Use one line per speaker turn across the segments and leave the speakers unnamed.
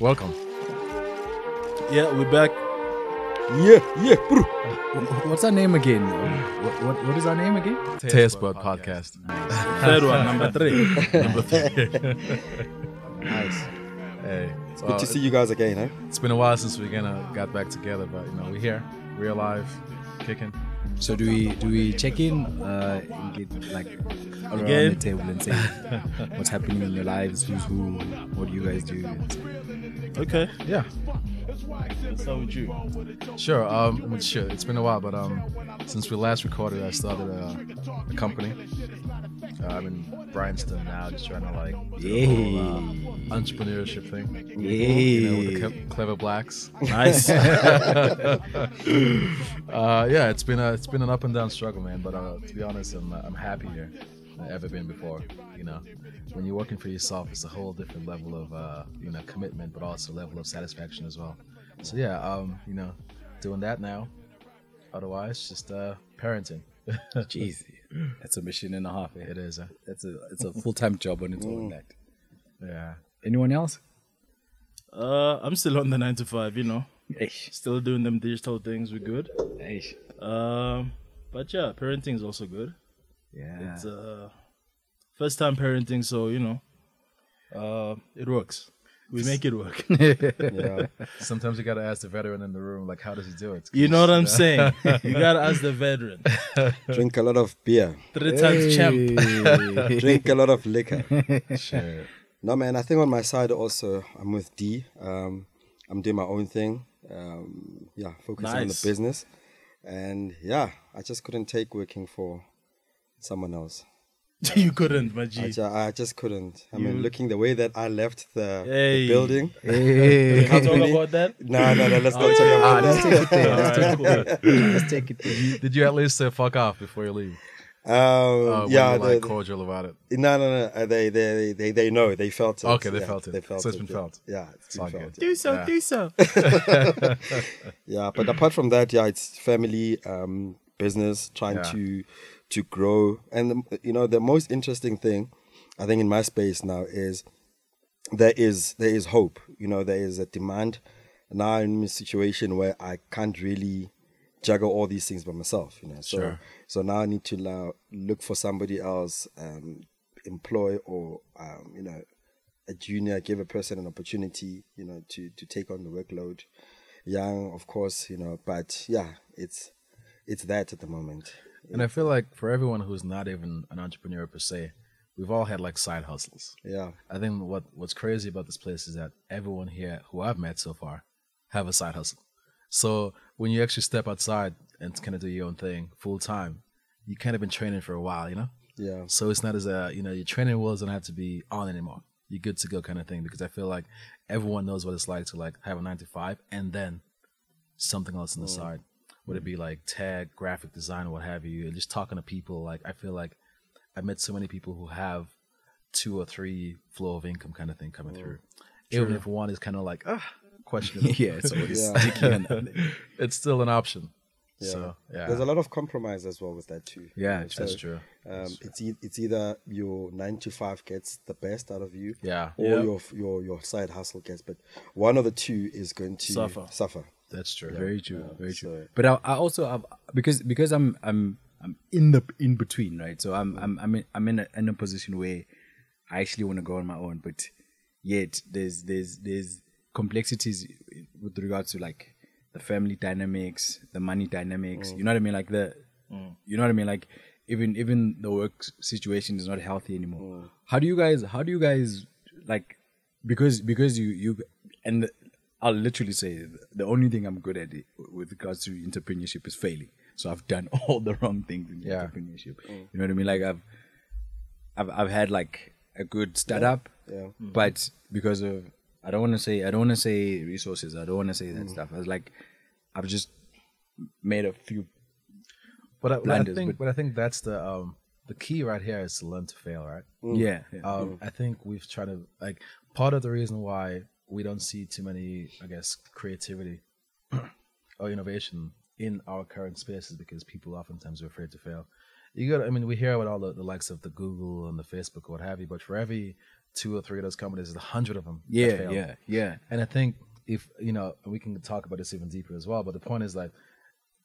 Welcome.
Yeah, we're back.
Yeah, yeah. What's our name again? What, what, what is our name again?
Tailspur
Tailspur Podcast.
Third one, number three. number three.
Nice. Hey,
Good
Oh,
to see you guys again, eh?
It's been a while since we kind of got back together, but you know we're here, real live, kicking. So do we do we check in, uh, and get like around
Again?
the table and say what's happening in your lives, who's who, what do you guys do?
Okay.
Yeah,
So with you.
sure. Um, I mean, sure. It's been a while, but um, since we last recorded, I started a, a company. Uh, I'm in Bryanston now, just trying to like
Yay.
uh, entrepreneurship thing. You know, with
Yay.
the Cle- clever blacks.
Nice.
uh, yeah, it's been a it's been an up and down struggle, man. But uh, to be honest, I'm uh, I'm happier than I've ever been before. You know, when you're working for yourself, it's a whole different level of uh, you know commitment, but also level of satisfaction as well. So yeah, um, you know, doing that now. Otherwise, just uh, parenting.
Jeez, that's a mission and a half. eh?
It is, uh,
That's a it's a full time job on its own. That
yeah.
anyone else?
Uh, I'm still on the nine to five, you know.
Eish,
Still doing them digital things. We're good.
eish.
Um, but yeah, parenting is also good.
Yeah,
It's uh, first time parenting, so you know, uh, it works. We make it work.
Yeah.
Sometimes you gotta ask the veteran in the room, like, how does he do it?
You know what I'm saying? You gotta ask the veteran,
Drink a lot of beer.
three times champ.
Drink a lot of liquor.
Sure.
No, man, I think on my side also, I'm with D. Um, I'm doing my own thing. Um, yeah, focusing on the
Nice.
business. And yeah, I just couldn't take working for someone else.
you couldn't, my
I,
G.
ju- I just couldn't. I mean, looking the way that I left the, the
Hey.
building.
Hey.
Can we talk
company-
about that?
No, no, no, let's not talk
Oh,
about that.
let's take it there. Let's
Alright,
take it
cool.
there. Let's take it there.
Did you at least say fuck off before you leave?
Um,
oh,
Uh,
yeah,
yeah,
the-
like
the-
cordial about it.
No, no, no. uh, They, they, they, they know. They felt it.
Okay, they
Yeah,
felt it.
They felt
So
it.
it's been felt.
Yeah, it's
all
been felt.
good.
Do so,
Yeah.
do so.
Yeah, but apart from that, yeah, it's family, um, business, trying
Yeah.
to, to grow. And the, you know, the most interesting thing, I think, in my space now is there is there is hope. You know, there is a demand. Now I'm in a situation where I can't really juggle all these things by myself. You know, so
Sure.
so now I need to now look for somebody else, um, employ or um, you know, a junior, give a person an opportunity. You know, to to take on the workload. Young, of course, you know, but yeah, it's it's that at the moment.
And I feel like for everyone who's not even an entrepreneur per se, we've all had like side hustles.
Yeah,
I think what what's crazy about this place is that everyone here who I've met so far have a side hustle. So when you actually step outside and kind of do your own thing full time, you kind of been training for a while, you know.
yeah,
So it's not as a you know your training wheels don't have to be on anymore. You're good to go kind of thing because I feel like everyone knows what it's like to like have a nine to five and then something else
Mm.
on the side. Would it be like tag, graphic design, or what have you? And just talking to people, like I feel like I met so many people who have two or three flow of income kind of thing
Mm.
coming through. Even if one is kind of like ah questionable,
Yeah, it's always
Yeah.
sticky and
it's still an option.
yeah.
So yeah,
There's a lot of compromise as well with that too. you
Yeah,
know,
that's
so-
true.
Um, it's e- it's either your nine to five gets the best out of you,
Yeah.
or
Yeah.
your your your side hustle gets, but one of the two is going to
Suffer.
Suffer.
That's true.
very true, very true.
so-
But I, I also have because because I'm I'm I'm in the in between, right? So I'm I'm I'm in, I'm in a, in a position where I actually want to go on my own, but yet there's there's there's complexities with regards to like the family dynamics, the money dynamics. You know what I mean? Like the you know what I mean? Like even even the work s- situation is not healthy anymore. How do you guys? How do you guys like? Because because you you and I'll literally say th- the only thing I'm good at it, with regards to entrepreneurship is failing. So I've done all the wrong things in
Yeah.
entrepreneurship.
Mm.
You know what I mean? Like I've I've I've had like a good startup,
Yeah. Mm.
but because of I don't want to say I don't want to say resources. I don't want to say
Mm.
that stuff. I was like, I've just made a few.
But I, but I
blinders,
think, but,
but-
I think that's the um the key right here is to learn to fail, right?
Mm.
Yeah, yeah.
Um, I think we've tried to like part of the reason why we don't see too many, I guess, creativity or innovation in our current space is because people oftentimes are afraid to fail. You got, I mean, we hear about all the, the likes of the Google and the Facebook, or what have you, but for every two or three of those companies, there's a hundred of them. that
Yeah,
fail.
yeah, yeah.
And I think if you know, we can talk about this even deeper as well. But the point is like,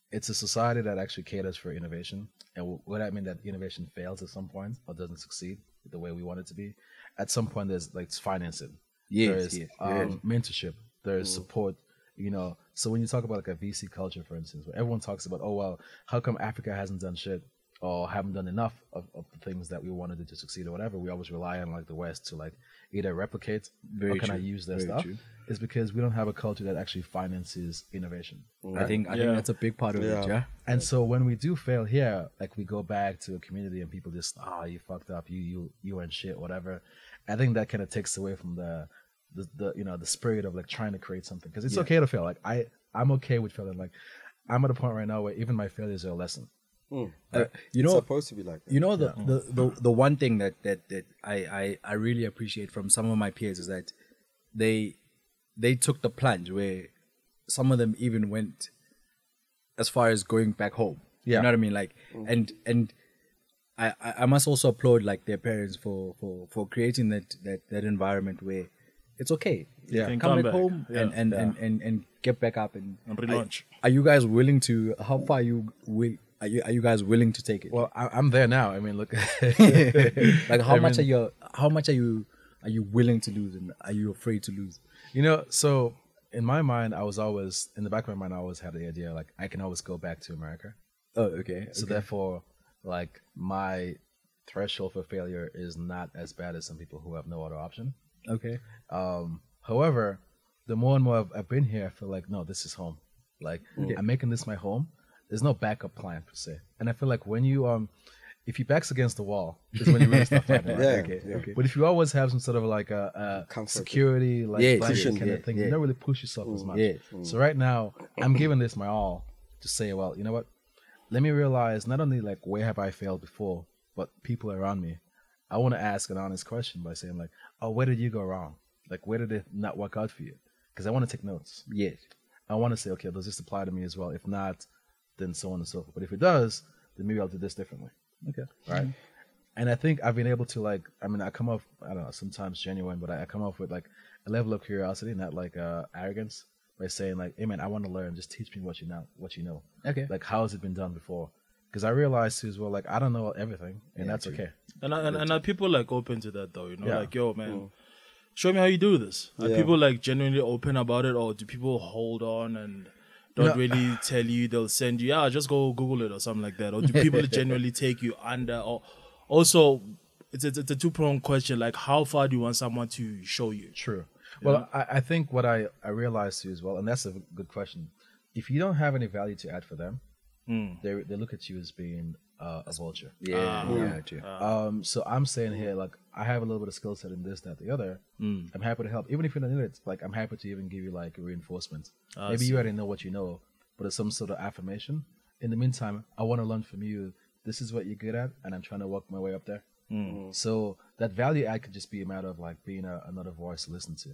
it's a society that actually caters for innovation, and w- would that mean that innovation fails at some point or doesn't succeed the way we want it to be? At some point, there's like financing,
Yes,
there is
yes, Mm.
um, mentorship, there is support. You know, so when you talk about like a VC culture, for instance, where everyone talks about, oh well, how come Africa hasn't done shit or haven't done enough of, of the things that we want to do to succeed or whatever, we always rely on like the West to like either replicate
Very
or can I
true,
use their
very
stuff?
true.
It's because we don't have a culture that actually finances innovation.
I think I
Yeah.
think that's a big part of it.
Mm. Yeah.
Yeah.
And so when we do fail here, like we go back to a community and people just ah you fucked up, you you you and shit, whatever. I think that kind of takes away from the, the the you know the spirit of like trying to create something because it's okay to fail. Like I I'm okay with failing. Like I'm at a point right now where even my failures are a lesson.
Uh, you
it's
know,
supposed to be like that.
you know the, the, the, the one thing that that, that I, I I really appreciate from some of my peers is that they they took the plunge where some of them even went as far as going back home
Yeah.
you know what i mean like and and I, I I must also applaud like their parents for for for creating that that that environment where it's okay
Yeah.
come,
Can come
back,
back.
home
Yeah.
and and, and and and get back up and,
And relaunch.
are, are you guys willing to how far are you will are you, are you guys willing to take it
Well, I, I'm there now. I mean, look,
like how much are you how much are you are you willing to lose and are you afraid to lose
You know, so in my mind, I was always in the back of my mind. I always had the idea like I can always go back to America.
oh okay
So therefore, like my threshold for failure is not as bad as some people who have no other option.
okay
Um, however, the more and more I've, I've been here, I feel like no, this is home. Like I'm making this my home. There's no backup plan per se, and I feel like when you um, if you backs against the wall, is when you really start fighting. right?
Yeah,
Okay.
yeah.
okay. But if you always have some sort of like a, a
Comfort.
security, like
Yeah,
blanket
cushion,
kind
yeah,
of thing,
yeah. Mm,
you don't really push yourself as much.
yeah.
So right now, I'm giving this my all to say, well, you know what? Let me realize not only like where have I failed before, but people around me. I want to ask an honest question by saying like, oh, where did you go wrong? Like, where did it not work out for you? Because I want to take notes.
yes
I want to say, okay, does this apply to me as well? If not, then so on and so forth. But if it does, then maybe I'll do this differently.
okay
Right. And I think I've been able to like, I mean, I come off, I don't know, sometimes genuine, but I, I come off with like a level of curiosity, not like uh, arrogance, by saying like, hey man, I want to learn. Just teach me what you know, what you know.
okay
Like, how has it been done before? Because I realized too as well, like, I don't know everything, and that's okay.
And and, and are people like open to that though? You know,
Yeah.
like yo, man, show me how you do this. Are
Yeah.
people like genuinely open about it, or do people hold on and don't
No.
really tell you? They'll send you, yeah, just go Google it or something like that. Or do people genuinely take you under? Or also, it's a, it's a two pronged question. Like, how far do you want someone to show you?
True. Well, I, I think what I, I realized too as well, and that's a good question. If you don't have any value to add for them, they, they look at you as being uh, a vulture.
yeah yeah, true.
Um, so I'm saying here,
Mm.
like, I have a little bit of skill set in this, that, the other. Mm. I'm happy to help, even if you don't need it. Like, I'm happy to even give you like reinforcement. Maybe you already know what you know, but it's some sort of affirmation. In the meantime, I want to learn from you. This is what you're good at, and I'm trying to work my way up there.
Mm-hmm.
So that value add could just be a matter of like being a, another voice to listen to,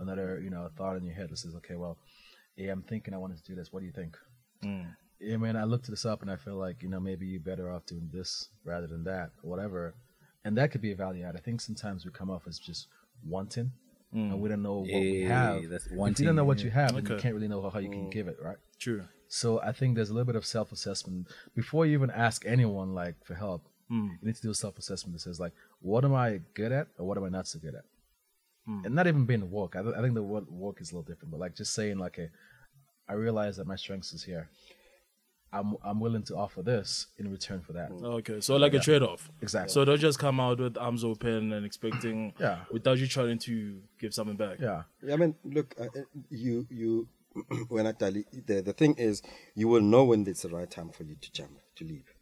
another you know thought in your head that says, okay, well, yeah, I'm thinking I wanted to do this. What do you think? yeah, man, I looked this up and I feel like, you know, maybe you're better off doing this rather than that, whatever. And that could be a value add. I think sometimes we come off as just wanting and we don't know what we
Mm. Yeah,
have.
that's
if you don't
wanting, Mm.
know what you have, then you
Okay.
can't really know how- how you can give it, right?
True.
So I think there's a little bit of self assessment. Before you even ask anyone like for help, you need to do a self assessment that says like, what am I good at or what am I not so good at? And not even being work. I, th- I think the word work is a little different, but like just saying like, hey, I realize that my strengths is here. I'm I'm willing to offer this in return for that.
Okay, so like a trade off.
Exactly.
So don't just come out with arms open and expecting
Yeah.
without you trying to give something back.
Yeah.
I mean, look, uh, uh, you you when I tell you the the thing is, you will know when it's the right time for you to jump to leave.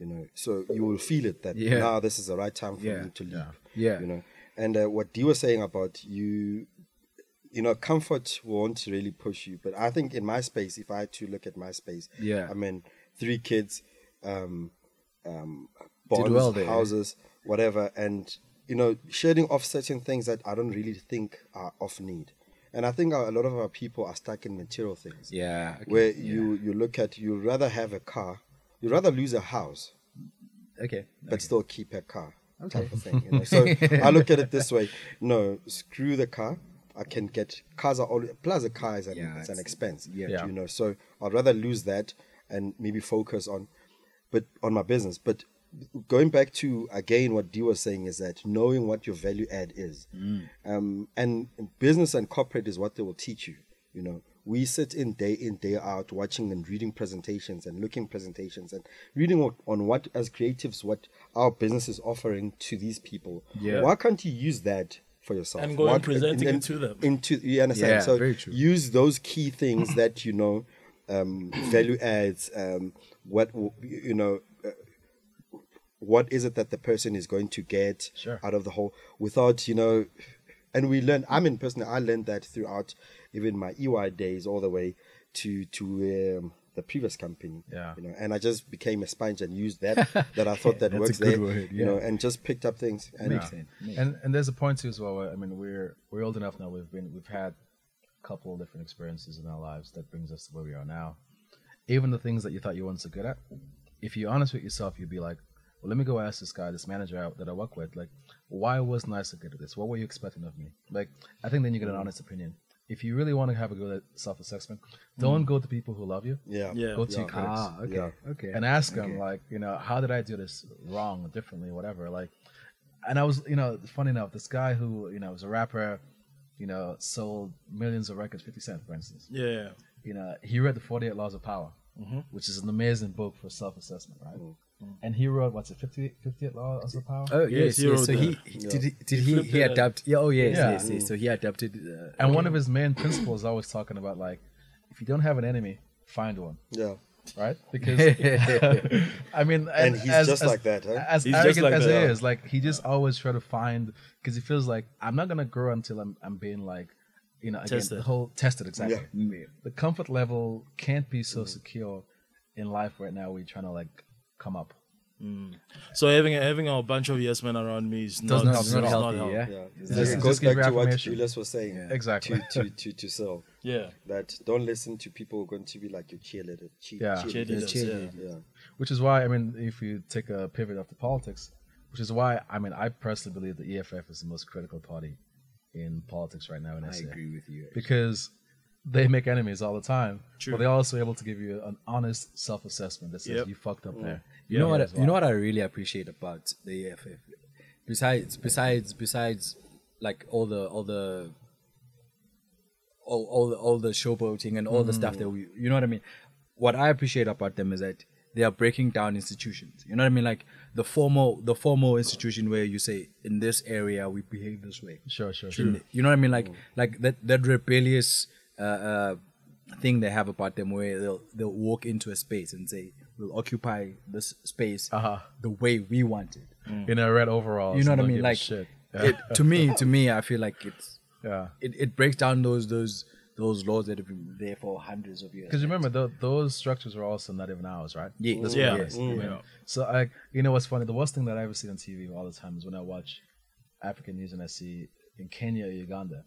You know, so you will feel it that
Yeah.
now this is the right time for
Yeah.
you to leave.
Yeah.
you know, and uh, what you were saying about you, you know, comfort won't really push you, but I think in my space, if I had to look at my space,
Yeah.
I mean, three kids, um, um, bonds,
well there.
houses, whatever, and you know, shading off certain things that I don't really think are of need. And I think a lot of our people are stuck in material things.
yeah okay.
Where you, you look at you rather have a car, you rather lose a house
okay
but still keep a car.
Okay.
type of thing. You know? So I look at it this way: no, screw the car. I can get cars are always plus a car is an,
Yeah,
it's
it's-
an expense.
Yeah.
you know. So I'd rather lose that and maybe focus on, but on my business. But going back to again what Dee was saying is that knowing what your value add is,
Mm.
um, and business and corporate is what they will teach you. You know, we sit in day in day out watching and reading presentations and looking presentations and reading what, on what as creatives what our business is offering to these people.
Yeah.
Why can't you use that for yourself
And go and
Why-
presenting it to them.
Into you understand.
Yeah,
so
very true.
use those key things that you know um, value adds. Um, what w- you know uh, what is it that the person is going to get out of the whole without you know and we learn i mean personally i learned that throughout even my ey days all the way to to um, the previous company
Yeah.
you know and i just became a sponge and used that that i thought that
That's a
works
good
there
word,
you know
yeah.
and just picked up things and
Makes sense.
And and there's a point too as well. Where, I mean, we're we're old enough now. We've been we've had a couple of different experiences in our lives that brings us to where we are now. Even the things that you thought you weren't so good at, if you're honest with yourself, you'd be like, "Well, let me go ask this guy, this manager out that I work with, like, why wasn't I so good at this? What were you expecting of me?" Like, I think then you get
Mm.
an honest opinion. If you really want to have a good uh, self-assessment, don't
Mm.
go to people who love you.
yeah
Yeah.
Go to your
Yeah.
critics
Ah, okay.
Yeah.
Okay.
and ask them like you know how did i do this wrong differently whatever like and i was you know funny enough this guy who you know was a rapper you know sold millions of records 50 cent for instance
Yeah.
you know he read the 48 laws of power which is an amazing book for self-assessment right and he wrote what's it 50, 58 laws of power
Oh
Yes,
yes, yes.
he wrote
So he,
that.
he did. He, did
He
he?
flipped
He
it.
adapted. Yeah. Oh yes,
Yeah.
yes, yes. So he adapted. Uh,
and one of his main principles is always talking about like if you don't have an enemy find one
yeah
right? Because I mean,
And he's just like that, huh?
As
He's just
arrogant
like
as
that.
he is, like he just always try to find because he feels like I'm not gonna grow until I'm I'm being like, you know, again,
Tested.
the whole tested exactly.
Yeah. Mm-hmm.
Mm.
The comfort level can't be so secure in life right now. We're trying to like come up.
So having having a bunch of yes men around me is
Does
not,
not,
does
not
not
healthy.
help.
yeah.
yeah
It's just-
it
it's
goes
just give
back to what
affirmation.
Julius was saying
Exactly.
to to to to sell
Yeah.
that don't listen to people who are going to be like your cheerleader cheer,
Yeah.
Cheerleaders,
cheerleader.
yeah.
yeah
Which is why I mean, if you take a pivot off to politics, which is why I mean, I personally believe the EFF is the most critical party in politics right now in
I
SA.
agree with you.
because they make enemies all the time.
True.
But they're also able to give you an honest self assessment that says
Yep.
you fucked up there.
You know what? I, You know what I really appreciate about the EFF. Besides, besides, besides, like all the all the all all the, all the showboating and all the stuff that we, you know what I mean. What I appreciate about them is that they are breaking down institutions. You know what I mean? Like the formal the formal institution where you say in this area we behave this way.
Sure, sure,
In-
sure.
You know what I mean? Like like that that rebellious uh, uh, thing they have about them, where they'll they'll walk into a space and say, "We'll occupy this space
Uh-huh.
the way we want it."
In a red overall.
Mm-hmm. You know what I mean? Like
shit.
it, to me, to me, I feel like it's
Yeah.
it, it breaks down those those those laws that have been there for hundreds of years.
Because remember, tho- those structures are also not even ours, right?
Yeah.
Let's
Yeah.
be honest.
Mm.
I mean,
Yeah.
So, I, you know what's funny? The worst thing that I ever see on TV all the time is when I watch African news and I see in Kenya or Uganda,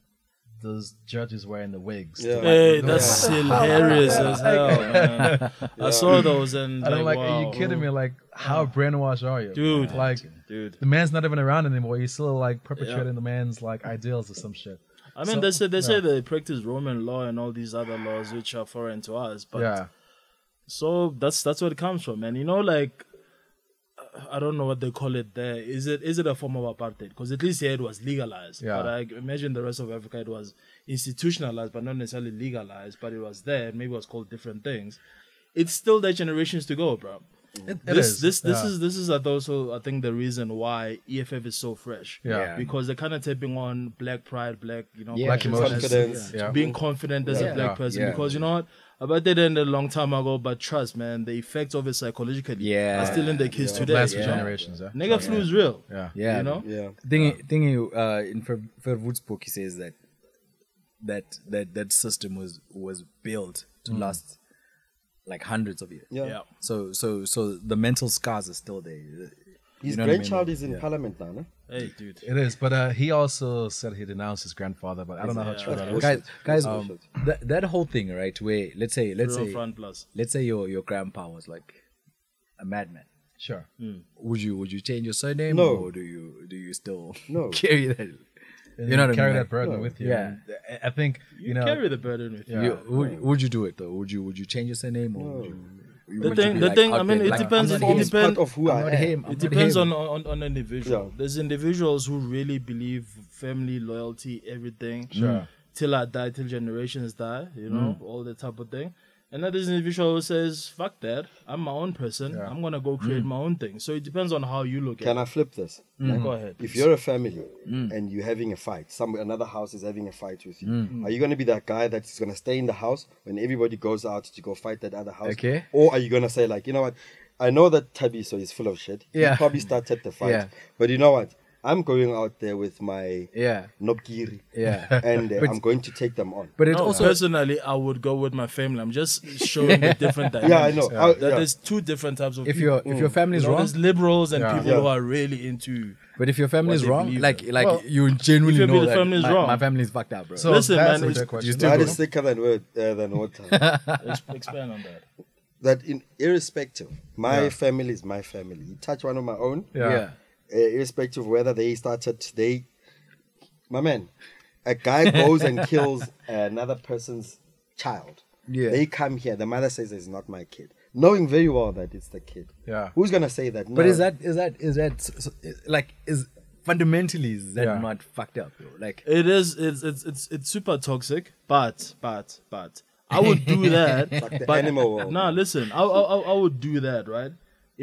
those judges wearing the wigs.
Yeah.
Hey, that's hilarious as hell, man. I saw those and
And I'm
like,
like, are you
wow.
kidding me? Like, how brainwashed are you?
Dude.
Like,
Dude.
the man's not even around anymore. He's still like perpetrating the man's like ideals or some shit.
I mean,
So-
they say they say
yeah.
they practice Roman law and all these other laws which are foreign to us, but
yeah,
so that's that's where it comes from, man. You know, like I don't know what they call it there. Is it is it a form of apartheid? Because at least here it was legalized.
Yeah.
But I imagine the rest of Africa it was institutionalized, but not necessarily legalized. But it was there. Maybe it was called different things. It's still there generations to go, bro.
Mm. It- it
this
is,
this this
yeah.
is this is also I think the reason why EFF is so fresh.
Yeah.
Because they're kind of tapping on black pride, black you know,
Black
emotions.
Confidence.
Yeah.
being confident as a
Yeah.
black
Yeah.
person.
Yeah.
Because you know what. About that ended a long time ago, but trust, man, the effects of it psychologically
Yeah.
are still in the kids today.
last
you know?
generations. Yeah.
Nigga flu is real.
Yeah.
yeah,
You know?
yeah
Thingy, thingy uh, in Ver- Verwoerd's book, he says that that that that system was was built to last like hundreds of years.
yeah,
Yeah.
So so so the mental scars are still there. You
his
know what I mean?
grandchild is in parliament now no?
Hey, dude.
It is, but uh, he also said he denounced his grandfather, but I don't know how true that is.
guys, guys,
Um,
that, that whole thing, right? Where let's say let's
Real
say
front plus.
let's say your your grandpa was like a madman,
Sure.
Would you would you change your surname?
No.
Or do you do you still
No.
carry that?
And
You know what I
carry
mean,
that
like-
burden with you.
Yeah.
I- I think you,
You
know.
carry the burden with you.
Yeah.
You, would, would you do it though? Would you would you change your surname or would you, you
The
would you
thing-
be,
the
like,
thing,
out
I mean,
there,
it
like,
depends-
I'm
it
not him,
It's part
depend-
of who
I'm
I
not
am.
him, I'm
It
not
depends
him.
on, on on individual.
Yeah.
There's individuals who really believe family loyalty, everything.
Sure.
Till I die, till generations die, you know, all that type of thing. And then there's an individual who says, "Fuck that! I'm my own person. I'm gonna go create my own thing." So it depends on how you look
Can
at
I flip this?
it.
Mm.
Go ahead.
If you're a family and you're having a fight, some another house is having a fight with you,
Mm.
are you going to be that guy that's going to stay in the house when everybody goes out to go fight that other house?
Okay.
Or are you going to say like, you know what? I know that Tabiso is full of shit.
Yeah.
He probably started the fight,
Yeah.
but you know what? I'm going out there with my
Yeah.
nopgiri,
Yeah.
and uh,
But-
I'm going to take them on.
But it
No,
also
personally, I would go with my family. I'm just showing the different dynamics.
Yeah, I know. I-
that
yeah.
There's two different types of
if
people.
your if your family
You
is
Mm.
know,
wrong,
there's liberals and
Yeah.
people who
Yeah.
are really into.
but if your family
what
is
they
wrong,
believe
like
in.
like
Well,
you genuinely
if your
know that
family is
my,
wrong-
my family is fucked up, bro.
So
Listen,
that's
man,
a
it's-
good question.
you still
Blood
go.
is thicker than, wa- uh, than water.
Let's expand on that.
that in irrespective, my
Yeah.
family is my family. You touch one of my own,
Yeah.
yeah.
uh, irrespective of whether they started, they, my man, a guy goes and kills another person's child.
Yeah.
They come here. The mother says it's not my kid, knowing very well that it's the kid.
Yeah.
Who's gonna say that?
But
No.
is that is that is that s- s- is- like is fundamentally is that
Yeah.
not fucked up? Bro? Like
It is. It's it's it's, it's super toxic. But but but I would do that.
Like the
but
animal world.
Nah, listen. I, I I I would do that right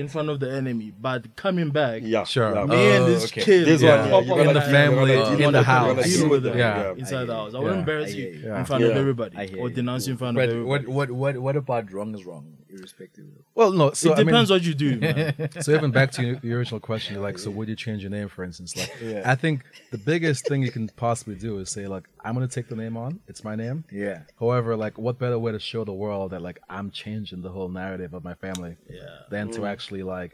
in front of the enemy. But coming back,
Yeah.
Sure.
Yeah.
Me and this
okay.
kid
This
Yeah.
one,
pop
yeah,
up
you
In the
like-
family,
you're gonna
Uh, in the
deal- you're gonna
house.
deal
deal with them
Yeah.
inside the house. I
Yeah.
wouldn't embarrass
I
you
hear you.
in front of
Yeah.
everybody
I hear
or
you.
denounce you in front of
but
everybody.
what what what what about wrong is wrong, irrespective.
Well, no. So
it
I mean-
depends what you do. Man.
so even back to your- your original question, like, so would you change your name, for instance? Like, I think the biggest thing you can possibly do is say, like, I'm gonna take the name on. It's my name.
Yeah.
However, like, what better way to show the world that like I'm changing the whole narrative of my family, yeah, than to actually like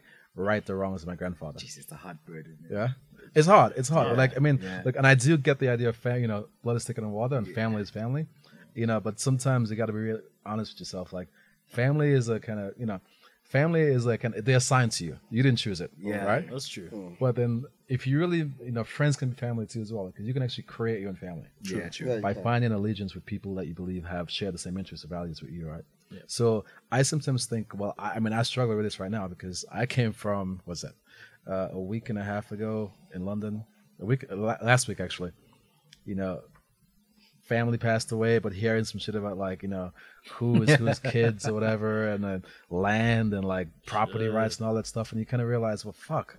right the wrongs of my grandfather.
Jeez, it's a hard burden. man.
Yeah. It's hard. It's hard. Like I mean,
Yeah.
like, and I do get the idea of fam- you know, blood is thicker than water, and family is family, you know. But sometimes you got to be real honest with yourself. Like, family is a kind of you know, family is like an, they're assigned to you. You didn't choose it.
Yeah.
Right.
That's true.
But then, if you really, you know, friends can be family too as well, because you can actually create your own family.
Yeah, true.
Yeah, you
By
can.
finding allegiance with people that you believe have shared the same interests or values with you, right? So I sometimes think, well, I, I mean, I struggle with this right now because I came from what's that, uh, a week and a half ago in London, a week la- last week actually. You know, family passed away, but hearing some shit about like you know who is whose kids or whatever, and then land and like property rights and all that stuff, and you kind of realize, well, fuck,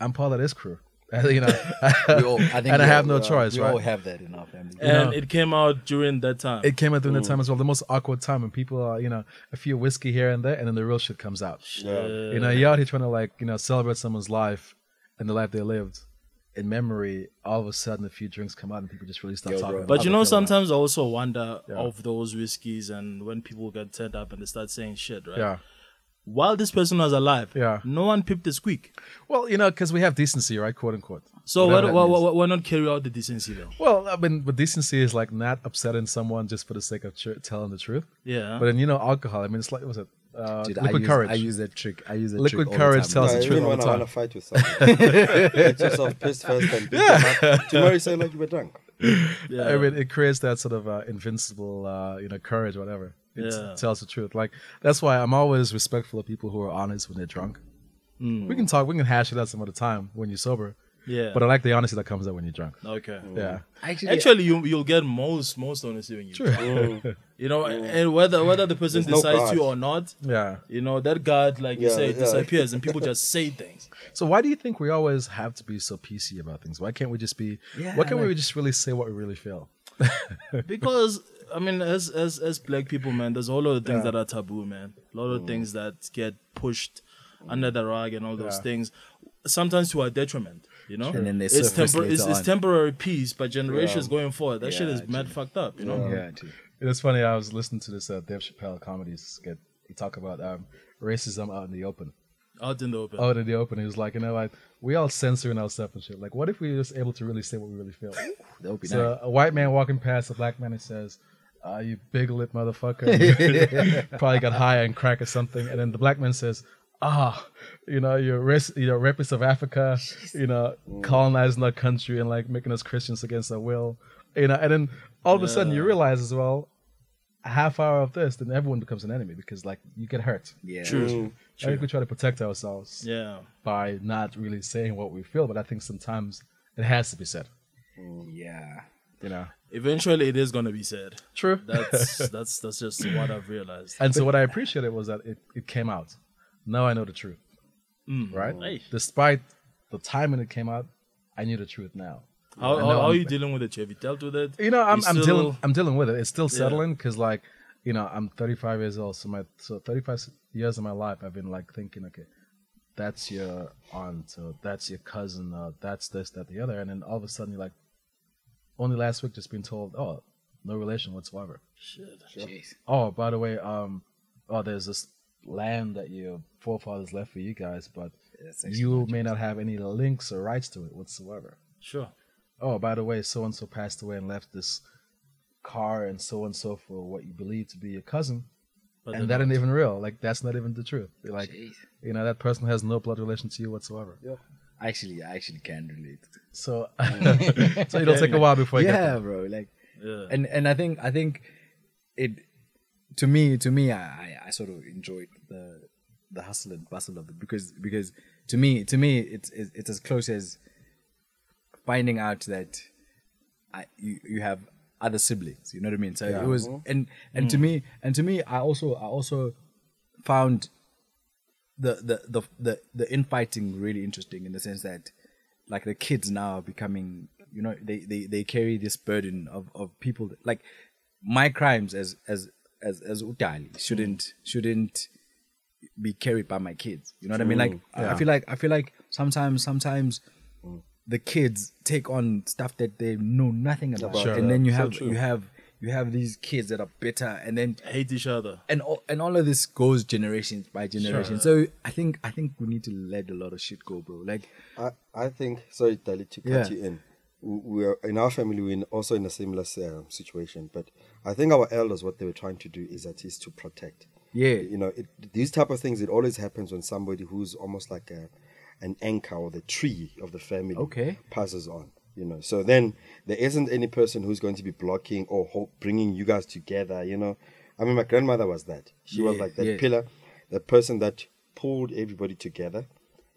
I'm part of this crew, you know,
We all, I think
and I
we
have
all-
no choice,
We
right?
all have that in our family.
And it came out during that time.
it came at
Mm.
during the time as well, the most awkward time when people are, you know, a few whiskey here and there, and then the real shit comes out.
Uh,
Yeah.
You know, you're out here trying to like, you know, celebrate someone's life and the life they lived in memory. All of a sudden, a few drinks come out and people just really start
Yo,
talking.
bro.
about
But
how
you
they
know,
feel about it.
sometimes I also wonder of those whiskeys and when people get turned up and they start saying shit, right?
yeah.
While this person was alive,
Yeah.
no one peeped the squeak.
Well, you know, because we have decency, right? Quote unquote.
So
Whatever
why,
that
why,
means.
why, why not carry out the decency though?
Well, I mean, but decency is like not upsetting someone just for the sake of tr- telling the truth.
Yeah.
But then you know, alcohol. I mean, it's like what's it? Uh,
Dude, I
liquid
use,
courage.
I use that trick. I use that
Liquid
trick all
courage
the time.
tells
No,
the truth
even
all
when
the
I want
time.
to fight with someone, get yourself pissed first and beat them up. Tomorrow you say like you were drunk.
yeah.
I mean, it creates that sort of uh, invincible, uh, you know, courage, whatever. It
Yeah.
tells the truth. Like that's why I'm always respectful of people who are honest when they're drunk. We can talk, we can hash it out some other time when you're sober.
Hmm. Yeah. Hmm.
But I like the honesty that comes out when you're drunk.
okay.
Yeah.
Actually,
Actually, you you'll get most most honesty when you you know, and whether whether the person
There's no
decides
guard.
to or not,
Yeah.
you know that guard, like you
Yeah,
say,
yeah.
disappears and people just say things.
So why do you think we always have to be so PC about things? Why can't we just be?
Yeah,
why can't we
like-
just really say what we really feel?
because I mean, as as as black people, man, there's a whole lot of things that are taboo, man. A lot of things that get pushed under the rug and all those
Yeah.
things, sometimes to our detriment. You know,
And then they
it's,
surface later
it's, it's
on.
temporary peace, but generations going forward, that shit
Yeah,
is mad fucked up. You know,
yeah, dude.
It was funny. I was listening to this uh, Dave Chappelle comedy skit. He talk about um, racism out in the open.
out in the open.
out in the open. He was like, you know, like we all censoring ourselves and shit. Like, what if we were just able to really say what we really feel?
That would be
so
nice.
a white man walking past a black man and says, uh, "You big lip motherfucker," probably got high and crack or something. And then the black man says, ah, you know, you're res- you know, rapists of Africa, you know,
Mm.
colonizing our country and like making us Christians against our will, you know, and then all of a sudden you realize as well, a half hour of this, then everyone becomes an enemy because like you get hurt.
Yeah.
True.
I think we try to protect ourselves
Yeah.
by not really saying what we feel, but I think sometimes it has to be said.
Yeah.
You know,
Eventually, it is gonna be said.
true.
That's that's that's just what I've realized.
and so what I appreciated was that it, it came out. Now I know the truth, right?
Hey.
Despite the time when it came out, I knew the truth now.
How,
I
how,
know
how are
I'm-
you dealing with it? Have you dealt with it?
you know, I'm,
You
I'm
still-
dealing I'm dealing with it. It's still settling because like you know I'm 35 years old, so my so 35 years of my life I've been like thinking, okay, that's your aunt, or that's your cousin, or that's this, that, the other, and then all of a sudden you're like, only last week just been told, oh, no relation whatsoever.
Jeez.
Oh, by the way, um, oh, there's this land that your forefathers left for you guys, but
That's actually
you may not have any links or rights to it whatsoever
Sure.
oh, by the way, so and so passed away and left this car and so and so for what you believe to be your cousin.
But
and
then-
that ain't even real. Like, that's not even the truth. Like,
Jeez.
you know, that person has no blood relation to you whatsoever.
Actually, I actually can relate.
So, so it'll take a while before you get
yeah,
there.
bro. Like,
Yeah.
and and I think I think it to me to me I, I, I sort of enjoyed the the hustle and bustle of it because because to me to me it's it's, it's as close as finding out that I you, you have other siblings you know what I mean so it was and and to me and to me I also I also found the the the the, the infighting really interesting in the sense that like the kids now are becoming you know they they, they carry this burden of of people that- like my crimes as as as as Utali shouldn't shouldn't be carried by my kids you know what i mean like I- i feel like i feel like sometimes sometimes the kids take on stuff that they know nothing about
Sure.
and then you have you have you have these kids that are bitter and then
hate each other.
and all, and all of this goes generations by generation. So I think I think we need to let a lot of shit go, bro. Like
I, I think sorry Dali to cut
Yeah.
you in. W- We are in our family. We're in, also in a similar um, situation, but I think our elders, what they were trying to do is that is to protect.
Yeah.
you know, it, these type of things. It always happens when somebody who's almost like a, an anchor or the tree of the family
Okay.
passes on. You know, so then there isn't any person who's going to be blocking or ho- bringing you guys together. You know, I mean, my grandmother was that. She was
Yeah,
like that
yeah.
pillar, the person that pulled everybody together,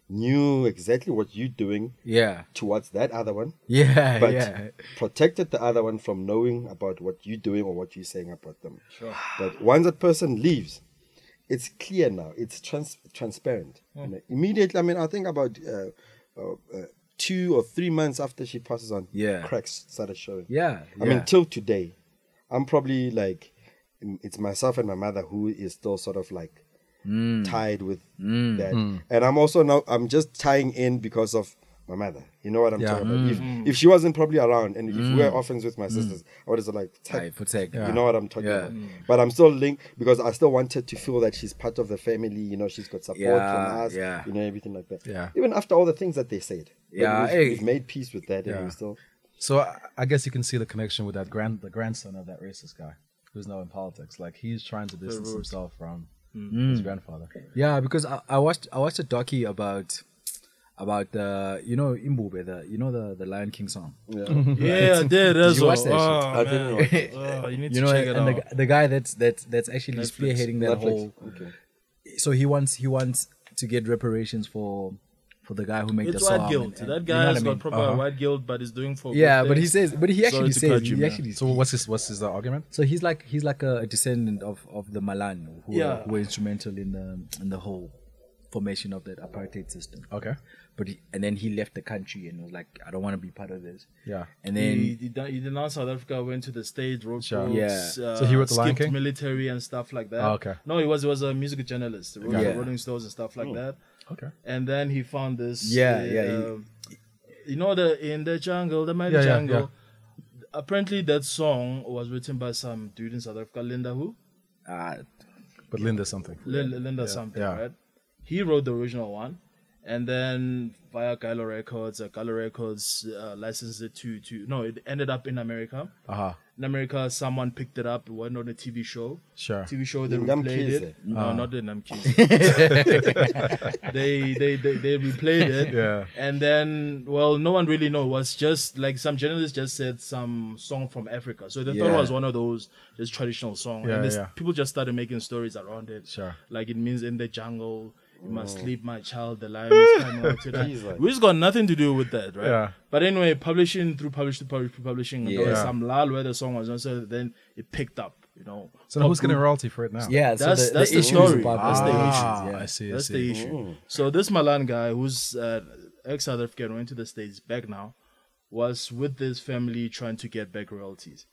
knew exactly what you're doing
yeah,
towards that other one,
yeah,
but
yeah.
protected the other one from knowing about what you're doing or what you're saying about them. Sure. But once that person leaves, it's clear now. It's trans- transparent. You know, immediately, I mean, I think about uh, uh, uh, two or three months after she passes on,
Yeah.
cracks started showing.
Yeah,
I
yeah.
mean, till today, I'm probably like, mm, it's myself and my mother who is still sort of like
Mm.
tied with that.
Mm.
And I'm also now, I'm just tying in because of my mother. You know what I'm
Yeah.
talking about?
Mm.
If, if she wasn't probably around and if we were orphans with my sisters, I would have like, type-
Aye, protect.
you know what I'm talking
Mm. Yeah. Mm.
about? But I'm still linked because I still wanted to feel that she's part of the family. You know, she's got support
Yeah,
from us.
yeah.
You know, everything like that.
Yeah.
Even after all the things that they said. but
Yeah, eh.
We've,
hey.
we've made peace with that and
Yeah.
we still.
So I, I guess you can see the connection with that grand, the grandson of that racist guy who's now in politics. Like, he's trying to distance himself from
Mm.
his grandfather.
Yeah, because I, I watched I watched a docu about about the you know Imbube the you know the the Lion King song.
Yeah, I did. That's
you watch that
all.
shit?
Oh,
I didn't
man.
watch
Oh, you need
You
to
know,
check it
and the,
out.
gu- the guy that's that's that's actually spearheading that
Netflix.
whole.
Okay.
So he wants he wants to get reparations for for the guy who made
It's
the song.
white guilt.
and- and-
That
you know
guy
what
has
I
got
mean? Uh-huh.
proper white guilt, but he's doing for.
Yeah,
good
but he
things.
says, but he actually
to
says,
cut you,
he
man.
actually
So what's his, what's his uh, argument?
So he's like he's like a, a descendant of, of the Malan who,
Yeah.
who were instrumental in the in the whole formation of that apartheid system.
Okay.
But he, and then he left the country and was like, I don't want to be part of this.
Yeah.
And
He,
then
he, did- he denounced South Africa, went to the States, wrote
Sure.
books,
Yeah.
uh,
So he wrote The Lion
skipped
King?
military and stuff like that.
Oh, okay.
No, he was he was a music journalist, he wrote
Yeah.
for Rolling Stones and stuff like that.
Okay.
And then he found this.
Yeah,
uh,
yeah, he-
um, you know the in the jungle, the mighty
Yeah, yeah,
jungle. Apparently, that song was written by some dude in South Africa, Linda who?
uh,
But Linda something.
Lin- Linda something,
yeah.
right? He wrote the original one, and then via Gallo Records, uh, Gallo Records uh, licensed it to to no, it ended up in America.
Uh huh.
In America, someone picked it up. It went on a TV show.
Sure. Ah.
TV show they
The
replayed
Namkhize.
it. No, not the Namkis. they, they they they replayed it.
Yeah.
And then, well, no one really know. It was just like some journalists just said some song from Africa, so they thought it
Yeah.
was one of those just traditional songs.
Yeah,
and this,
yeah.
people just started making stories around it.
Sure.
Like it means in the jungle, you must sleep, my child. The lion is coming out tonight. Which got nothing to do with that, right?
Yeah.
But anyway, publishing through publishing, through publishing, there was
Yeah.
some lull where the song was on, so then it picked up. You know.
So now who's
Oh,
getting royalty for it now?
Yeah,
That's-
so the,
that's the
the, issue
story.
Is about
That's the
Ah,
issues, yeah.
I see. I
That's
see.
the issue.
Mm.
So this Malan guy, who's uh, ex-South African, went to the States back now, was with this family trying to get back royalties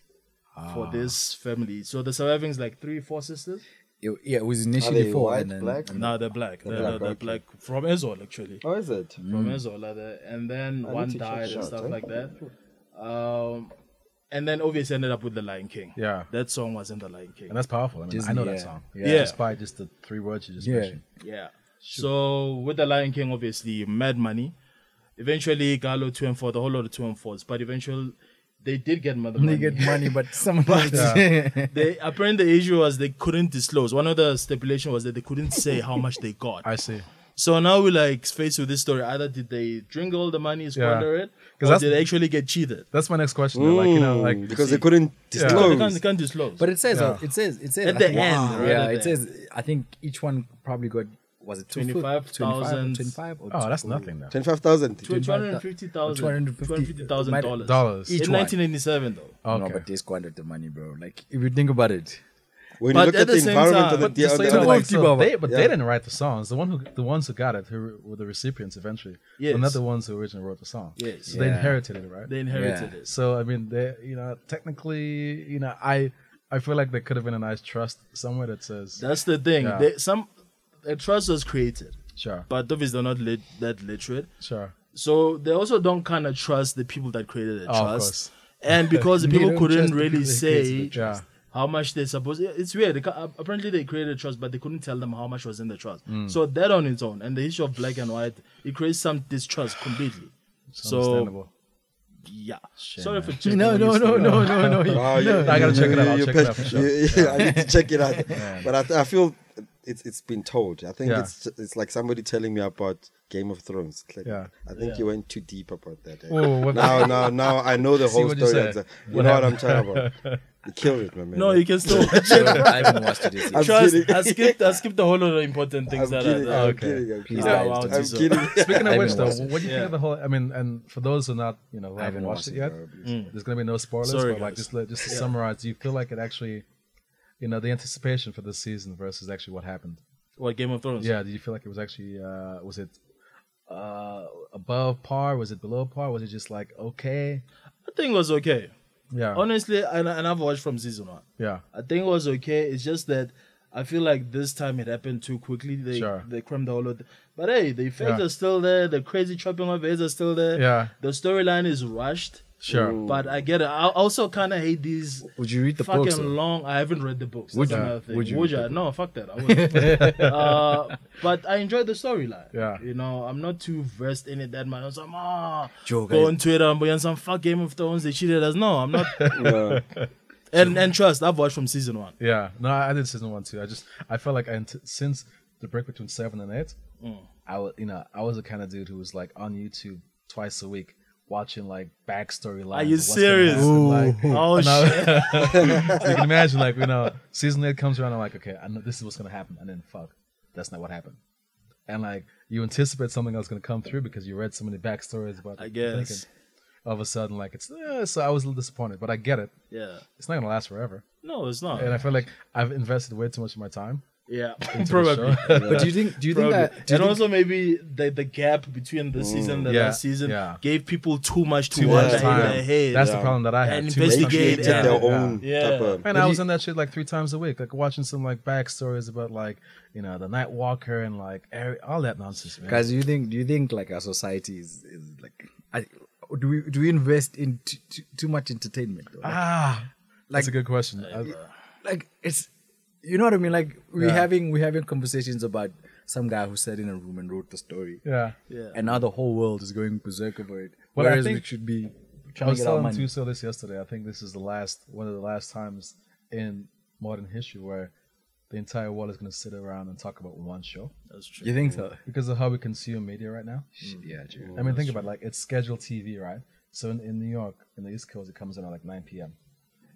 for this family. So the surviving's like three, four sisters.
Ah,
It, yeah, it was
Are
initially
they
four,
white,
and then
black?
and-
Now they're black. They're,
Mm. black,
they're
okay.
black from Ezol actually.
Oh, is it?
From Ezola there, and then one
to check
died
it
and
out,
stuff
eh?
like that. Um, and then obviously ended up with the Lion King.
Yeah.
that song was in the Lion King.
And that's powerful. I mean, I
Disney,
know
yeah.
that song.
Yeah.
Yeah.
Just by just the three words you just
Yeah.
mentioned.
Yeah. So with the Lion King, obviously, mad money. Eventually, Gallo two and four, the whole lot of two and fours, but eventually, they did get mother money.
they get money, but some but,
They- apparently the issue was they couldn't disclose. One of the stipulation was that they couldn't say how much they got.
I see.
So now we're like faced with this story. Either did they drink all the money, squander it, or
'Cause that's-
did they actually get cheated?
That's my next question. though. Like you know, like
Hmm. because they couldn't
No, they
disclose.
can't, they can't disclose.
but it says it says it says
At
I
the
think-
end, right
yeah,
at
it
the
says I think each one probably got was it
25,000.
25 or
oh, that's nothing though.
25,000.
Two hundred fifty thousand,
$250,000.
two hundred fifty thousand dollars.
Dollars.
In
Each one.
1987, though.
Okay.
No, but they squandered the money, bro. Like if you think about it,
When
But
you look
at
at,
the
the,
same
environment
time-
of the,
but
the,
the same
the,
So,
time-
like,
Like,
so
Kibaba.
they, but
Yeah.
they didn't write the songs. The one who, the ones who got it, who were the recipients eventually,
Yes.
were not the ones who originally wrote the song.
Yes.
So they
Yeah.
inherited it, right?
They inherited
Yeah.
it.
so I mean, they, you know, technically, you know, I, I feel like there could have been a nice trust somewhere that says,
That's the thing.
Yeah.
They, some a trust was created,
sure,
but obviously they're not lit, that literate.
sure,
So they also don't kind of trust the people that created the
Oh, of
trust.
course.
And because the
They
people
don't
couldn't
trust the
really
people that
say
created the
trust.
how much they supposed. It's weird. They, ca- apparently they created a trust, but they couldn't tell them how much was in the trust. So that on its own, and the issue of black and white, it creates some distrust completely.
It's
so
understandable.
yeah, sorry for checking.
no,
when
no,
you
no,
said that.
no, no, no,
Oh, you-
I gotta check it out. I'll
you
check
pet-
it out for sure.
you- I need to check it out. But I, th- I feel it's it's been told. I think
Yeah.
it's it's like somebody telling me about Game of Thrones. Like,
Yeah.
I think you went too deep about that. eh?
Whoa, what-
now, now, now I know the whole
what you
story.
said.
It's a- You, know what I'm talking about. You killed it, my man.
No, you can still watch it.
I haven't watched it. yet.
I'm
Trust.
kidding.
I skipped. I skipped the whole lot of important
I'm
things that uh,
kidding.
are.
I'm
okay.
kidding. I'm
Please
kidding.
don't.
wow,
It's
I'm
Jesus.
kidding.
Speaking of
I
which,
haven't
though,
watched it.
what do you
Yeah.
think of the whole? I mean, and for those who not, you know, who haven't
haven't
watched it
watched
yet,
it,
there's gonna be no spoilers.
Mm. Sorry,
but like,
guys.
just li- just to summarize, do you feel like it actually, you know, the anticipation for this season versus actually what happened?
What Game of Thrones?
Yeah, did you feel like it was actually uh, was it uh, above par? Was it below par? Was it just like okay?
I think it was okay.
Yeah,
Honestly, and, and I've watched from season one.
yeah,
I think it was okay. It's just that I feel like this time it happened too quickly. They
Sure.
they crammed all of. The, but hey, the effects
Yeah.
are still there. The crazy chopping of heads are still there.
Yeah.
The storyline is rushed.
sure.
But I get it. I also kind of hate these.
Would you read the
fucking
books? though?
long? I haven't read the books.
Would
That's
you?
another thing.
Would you read
I? No, fuck that. I wouldn't. uh, but I enjoyed the storyline.
Yeah.
You know, I'm not too versed in it that much. I was like, ah,
Joe,
go
guys.
on Twitter and be on some fuck Game of Thrones. They cheated us. No, I'm not. and and trust, I've watched from season one.
Yeah, no, I I did season one too. I just I felt like I, int- since the break between seven and eight,
Mm.
I was you know I was the kind of dude who was like on YouTube twice a week watching like backstory lines.
you
of what's gonna
serious?
happen, like-
Oh shit!
so you can imagine like you know season eight comes around. I'm like okay, I know this is what's gonna happen, and then fuck, that's not what happened. And like you anticipate something else gonna come through because you read so many backstories about.
I
the thing,
guess.
and All of a sudden, like it's eh, so I was a little disappointed, but I get it.
Yeah.
It's not gonna last forever,
No, it's not.
and I feel like I've invested way too much of my time.
yeah,
into the
probably.
show.
But do you think? Do you think
Probably.
that? Do you
and
think,
also maybe the, the gap between the season and the
Mm, Yeah,
last season
yeah.
gave people too much to
too
wonder
much time.
in their head.
That's the problem that I had.
And
Too much
They
time.
investigate
created
Yeah.
their
Yeah.
own
Yeah.
type of.
Man, I was on that shit like three times a week, like watching some like backstories about like you know the Night Walker and like Ari- all that nonsense, man.
Guys, do you think do you think like our society is, is like I, do we do we invest in t- t- too much entertainment? Though? Like,
ah, that's
like- uh,
a good question. I-
like it's you know what I mean. Like we're
Yeah.
having we're having conversations about some guy who sat in a room and wrote the story.
Yeah.
Yeah.
And now the whole world is going berserk over it.
Well, I
whereas we
think-
should be
I
trying to
was
get our
telling
money.
Tuso this yesterday. I think this is the last, one of the last times in modern history where the entire world is going to sit around and talk about one show
That's true.
You think so?
because of how we consume media right now.
Yeah, true.
I mean, think about it, like it's scheduled TV, right? So in, in New York, in the East Coast, it comes in at like 9 p.m.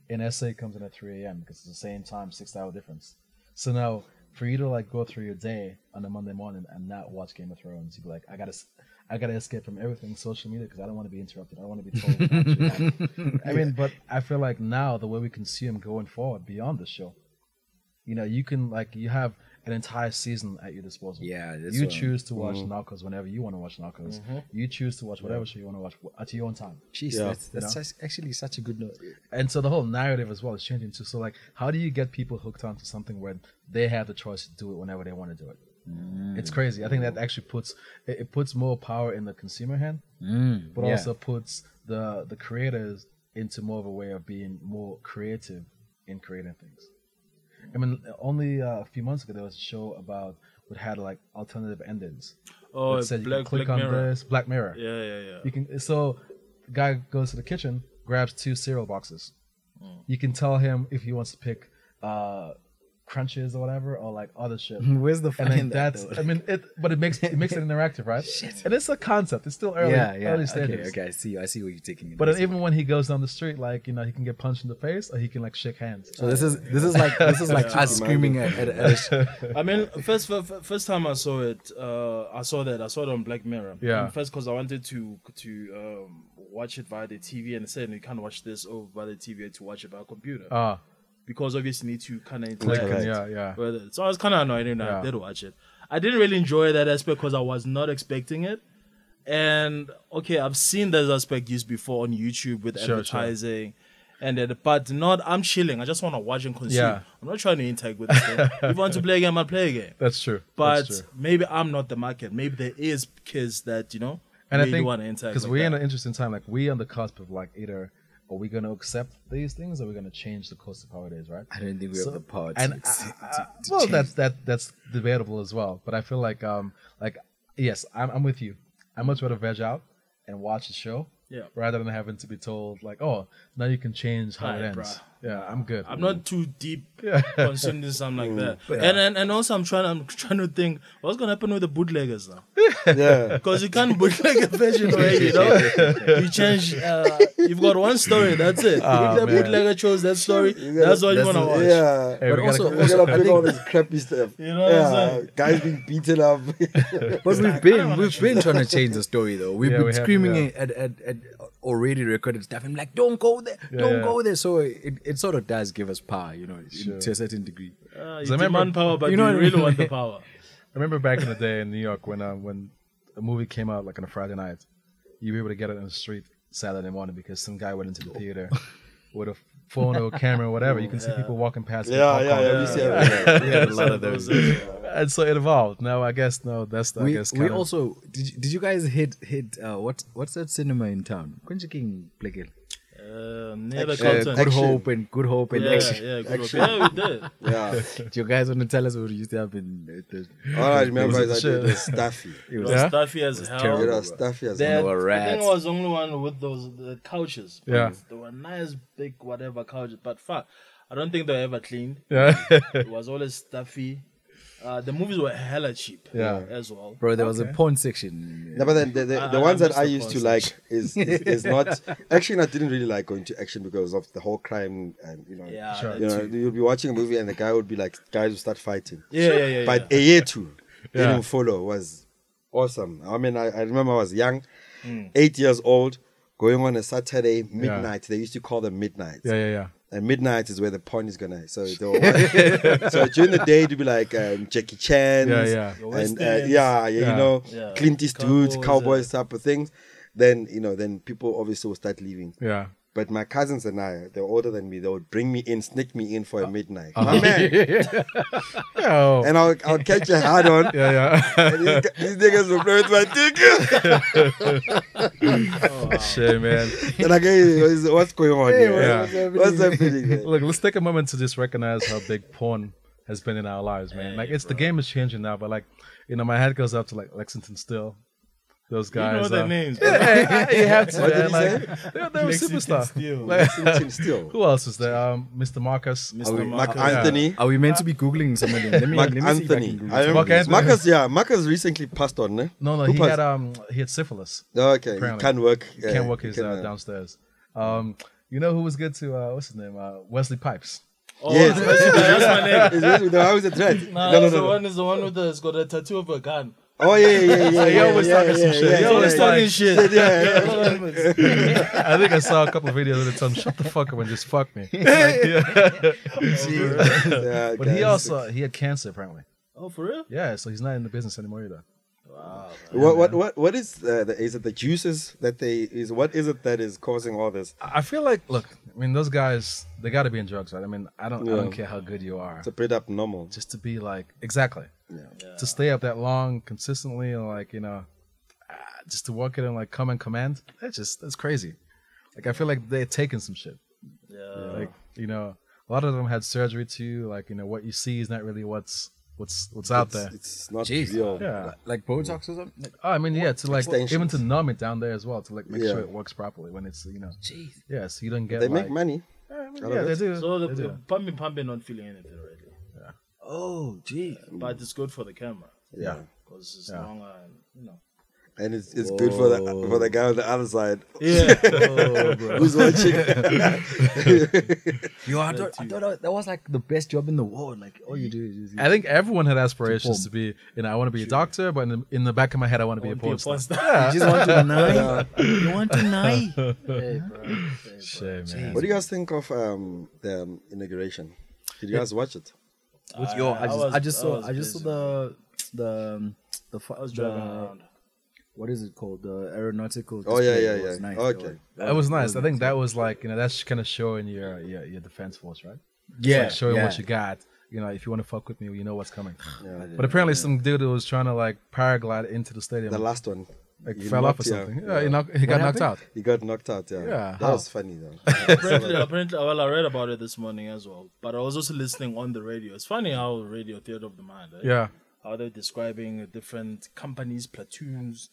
In SA, it comes in at 3 a.m. because it's the same time, six-hour difference. So now, for you to like go through your day on a Monday morning and not watch Game of Thrones, you'd be like, I gotta, s- I gotta escape from everything social media because I don't want to be interrupted. I don't want to be told. what actually happened." I mean, but I feel like now the way we consume going forward beyond the show, you know, you can like you have an entire season at your disposal.
Yeah, that's
you
what I'm-
choose to watch Narcos whenever you want to watch Narcos. You choose to watch whatever show you want to watch wh- at your own time.
Jeez,
Yeah.
that's, that's such- actually such a good note.
And so the whole narrative as well is changing too. So like, how do you get people hooked onto something when they have the choice to do it whenever they want to do it? It's crazy. I think that actually puts it, it puts more power in the consumer hand, but
yeah.
also puts the the creators into more of a way of being more creative in creating things. I mean, only uh, a few months ago there was a show about what had like alternative endings.
Oh,
It said you can
Black,
click
Black
on
Mirror.
this Black Mirror.
Yeah, yeah, yeah.
You can so guy goes to the kitchen, grabs two cereal boxes.
Mm.
You can tell him if he wants to pick uh crunches or whatever or like other shit.
Where's the fun
And then
in that,
that's
though?
I mean it but it makes it makes it interactive, right? And it's a concept. It's still early
yeah, yeah.
early
okay,
stages.
okay, I see. I see what you're taking. in
But
this.
then even when he goes down the street, like you know, he can get punched in the face, or he can like shake hands.
so this is this is like this is like us screaming at, at, at a sh-
I mean, first fir- fir- first time I saw it, uh, I saw that I saw it on Black Mirror.
Yeah.
And first, because I wanted to to um, watch it via the TV, and it said you can't watch this over by the TV you had to watch it by computer
Ah,
because obviously you need to kind of
click
interact.
and- yeah, yeah.
with it. So I was kind of annoyed when
Yeah.
I did watch it. I didn't really enjoy that aspect because I was not expecting it. And okay, I've seen this aspect used before on YouTube with
Sure, sure.
advertising. And then, but not. I'm chilling. I just want to watch and consume.
Yeah.
I'm not trying to interact with this thing. if you want to play a game, I play a game.
That's true.
But
That's true.
maybe I'm not the market. Maybe there is kids that you know
and
really
I think
want to interact.
because
like
we're in
that.
an interesting time. Like we're on the cusp of like either are we going to accept these things, or we are going to change the course of how it is, right?
I don't think we
So-
have the power to,
and
and,
I- I- well, that's that that's debatable as well. But I feel like um like yes, I'm I'm with you. I much rather veg out and watch the show.
Yeah.
Rather than having to be told like, oh, now you can change how it
Right,
ends. Yeah, I'm good.
I'm
Mm.
not too deep consumed in something like that. And, and and also I'm trying I'm trying to think what's gonna happen with the bootleggers now.
Yeah.
Because you can't bootleg a version away, you know. You change. Uh, you've got one story. That's it. the bootlegger chose that story. that's all you
Ah, that's
want to
it,
watch.
Yeah.
Hey,
but
we gotta-
also,
We're
also,
gonna
I
pick all
think,
this crappy stuff.
You know what I'm
yeah,
saying?
guys being beaten up.
but we've been we've been trying to change the story though. We've
Yeah,
been
we have,
screaming
yeah.
at, at at already recorded stuff. I'm like, don't go there, don't
yeah.
go there. So it, it sort of does give us power, you know, in- to a certain degree.
Uh,
So
you
I remember-
demand power, but
you
you,
know what I
really
mean?
want the power.
I remember back in the day in New York when uh, when a movie came out like on a Friday night, you were able to get it on the street Saturday morning because some guy went into the theater with a phone or camera or whatever. You can see people walking past. with
yeah, yeah,
popcorn.
yeah. We see everything.
We had a lot of those.
And so it evolved. Now I guess no, that's I
We,
guess
we
kinda-
also did. You, did you guys hit hit uh, what what's that cinema in town? Quentin King, Plekele.
Uh, never
Action.
Uh,
Compton.
good
Action.
hope and good hope and
yeah,
action.
yeah, good work. yeah, we did.
Yeah.
Do you guys want to tell us what used to happen? At the,
All I remember is that
Sure.
it was stuffy.
it
It
was
was
Yeah?
stuffy as hell.
It was stuffy as
They had,
hell.
They were
I think
rats.
I was the only one with those the couches. but
Yeah.
They were nice, big, whatever couches. But fuck, I don't think they were ever cleaned.
Yeah.
it was always stuffy. Uh, the movies were hella cheap
Yeah.
as well.
bro. There was a porn section.
No, but then the, the,
I-
the
I- I
ones that
missed
I
the
used to like is, is, is not action. I didn't really like going to action because of the whole crime and you know,
Yeah, that
you know,
too.
you'll be watching a movie and the guy would be like, guys will start fighting.
yeah, yeah, yeah.
But a year two, didn't follow was awesome. I mean, I, I remember I was young,
Hmm.
eight years old, going on a Saturday midnight. They used to call them midnight.
Yeah, yeah, yeah.
And midnight is where the porn is gonna. So they were so during the day it'd be like um, Jackie Chan,
Yeah, yeah.
Your
and uh,
Westerns.
yeah, yeah, you
Yeah.
know,
Yeah.
Clint Eastwood,
Cowboys,
cowboys,
uh,
type of things. Then you know, then people obviously will start leaving.
Yeah.
But my cousins and I, they're older than me. They would bring me in, sneak me in for a midnight. My man,
Oh.
and I'll, I'll catch a hard on.
yeah, yeah.
And these, these niggas will play with my dick.
Shit, man.
and like, hey, what's, what's going on here?
what's-
What's happening? here?
Look, let's take a moment to just recognize how big porn has been in our lives, man. like it's the game is changing now, but like you know, my head goes up to like Lexington Still. Those
You
guys,
know their
uh,
names.
yeah, you have to.
What did
man,
he
like, they, they were
Lexington Steel.
superstars. Like,
Lexington Steel.
Who else is there? Um, Mr. Marcus.
Are we-
Mr.
Mark
Marcus.
Anthony.
Are we meant to be googling somebody? Let me,
Mark
let me see if I can
Anthony.
Google
I
Mark
remember this.
Anthony.
Marcus, yeah. Marcus recently passed on, ne?
No, no,
Who
he
passed?
had um, he had syphilis.
Oh, okay. He
apparently.
can't work.
He
yeah,
can't work his
can,
uh,
uh,
downstairs. Um, you know who was good to uh, what's his name? Uh, Wesley Pipes.
Oh,
Yes.
that's my- that's my name.
Is that- no, how is it right?
Nah,
no, no,
it's the
no, no.
one is the one with the, has got a tattoo of a gun.
Oh yeah, yeah, yeah. yeah,
He
yeah,
always
yeah,
talking some
yeah,
shit.
yeah,
He always
yeah,
talking
shit.
yeah, yeah.
I think I saw a couple of videos at the time. Shut the fuck up and just fuck me.
Yeah,
But he
guys.
also he had cancer apparently.
Oh, for real?
Yeah, so he's not in the business anymore either.
What what what what is uh, the is it the juices that they is what is it that is causing all this?
I I feel like look, I mean those guys they got to be in drugs, right? I mean I don't I don't
Yeah.
care how good you are,
It's a bit abnormal.
just to be like exactly
Yeah.
to stay up that long consistently and like you know ah, just to work it and like come and command. That's just that's crazy. Like I feel like they're taking some shit.
Yeah.
Like you know a lot of them had surgery too. Like you know what you see is not really what's what's what's out there.
It's, it's not
Jeez.
real.
yeah.
Like Botox or something?
Oh, I mean, yeah, to like
Extensions.
even to numb it down there as well to like make
Yeah.
sure it works properly when it's you know. Jeez. Yeah, so you don't get.
They
like,
make
I
money.
mean,
out of
yeah, they
it.
do.
So the,
they
the
do.
pumping, pumping, not feeling anything already.
Oh, gee.
But it's good for the camera
Yeah.
because it's
Yeah.
longer and you know.
And it's, it's good for the for the guy on the other side
Yeah.
who's watching.
Yo, I thought, I thought that- that was like the best job in the world. Like, all you do is.
I think everyone had aspirations to be, you know, I want to be a doctor, but in the, in the back of my head, I want to be a porn star.
you just want to deny. You want to deny.
Shame, man.
What do you guys think of um, the um, inauguration? Did you guys watch it?
Yo,
I
I just,
was-
I just
I
saw,
was
I just saw
busy.
the, the, um, the, fu-
I was driving
the
around.
what is it called? The aeronautical.
Oh, yeah,
display.
yeah,
It was
yeah.
nice.
Okay.
That was-
That was nice. I think that was like, you know, that's kind of showing your, your, your defense force, right?
Yeah,
Like showing what
yeah.
you got. You know, if you want to fuck with me, you know what's coming.
Yeah.
But apparently, some dude who was trying to like paraglide into the stadium,
The last one.
like
He
fell off or
knocked- yeah,
something. Yeah,
yeah.
he, knocked, he got knocked out.
happened?
He got knocked out. Yeah,
Yeah,
that
how?
was funny though.
apparently, apparently, well, I read about it this morning as well. But I was also listening on the radio. It's funny how radio theater of the mind. eh?
Yeah.
How they're describing different companies, platoons,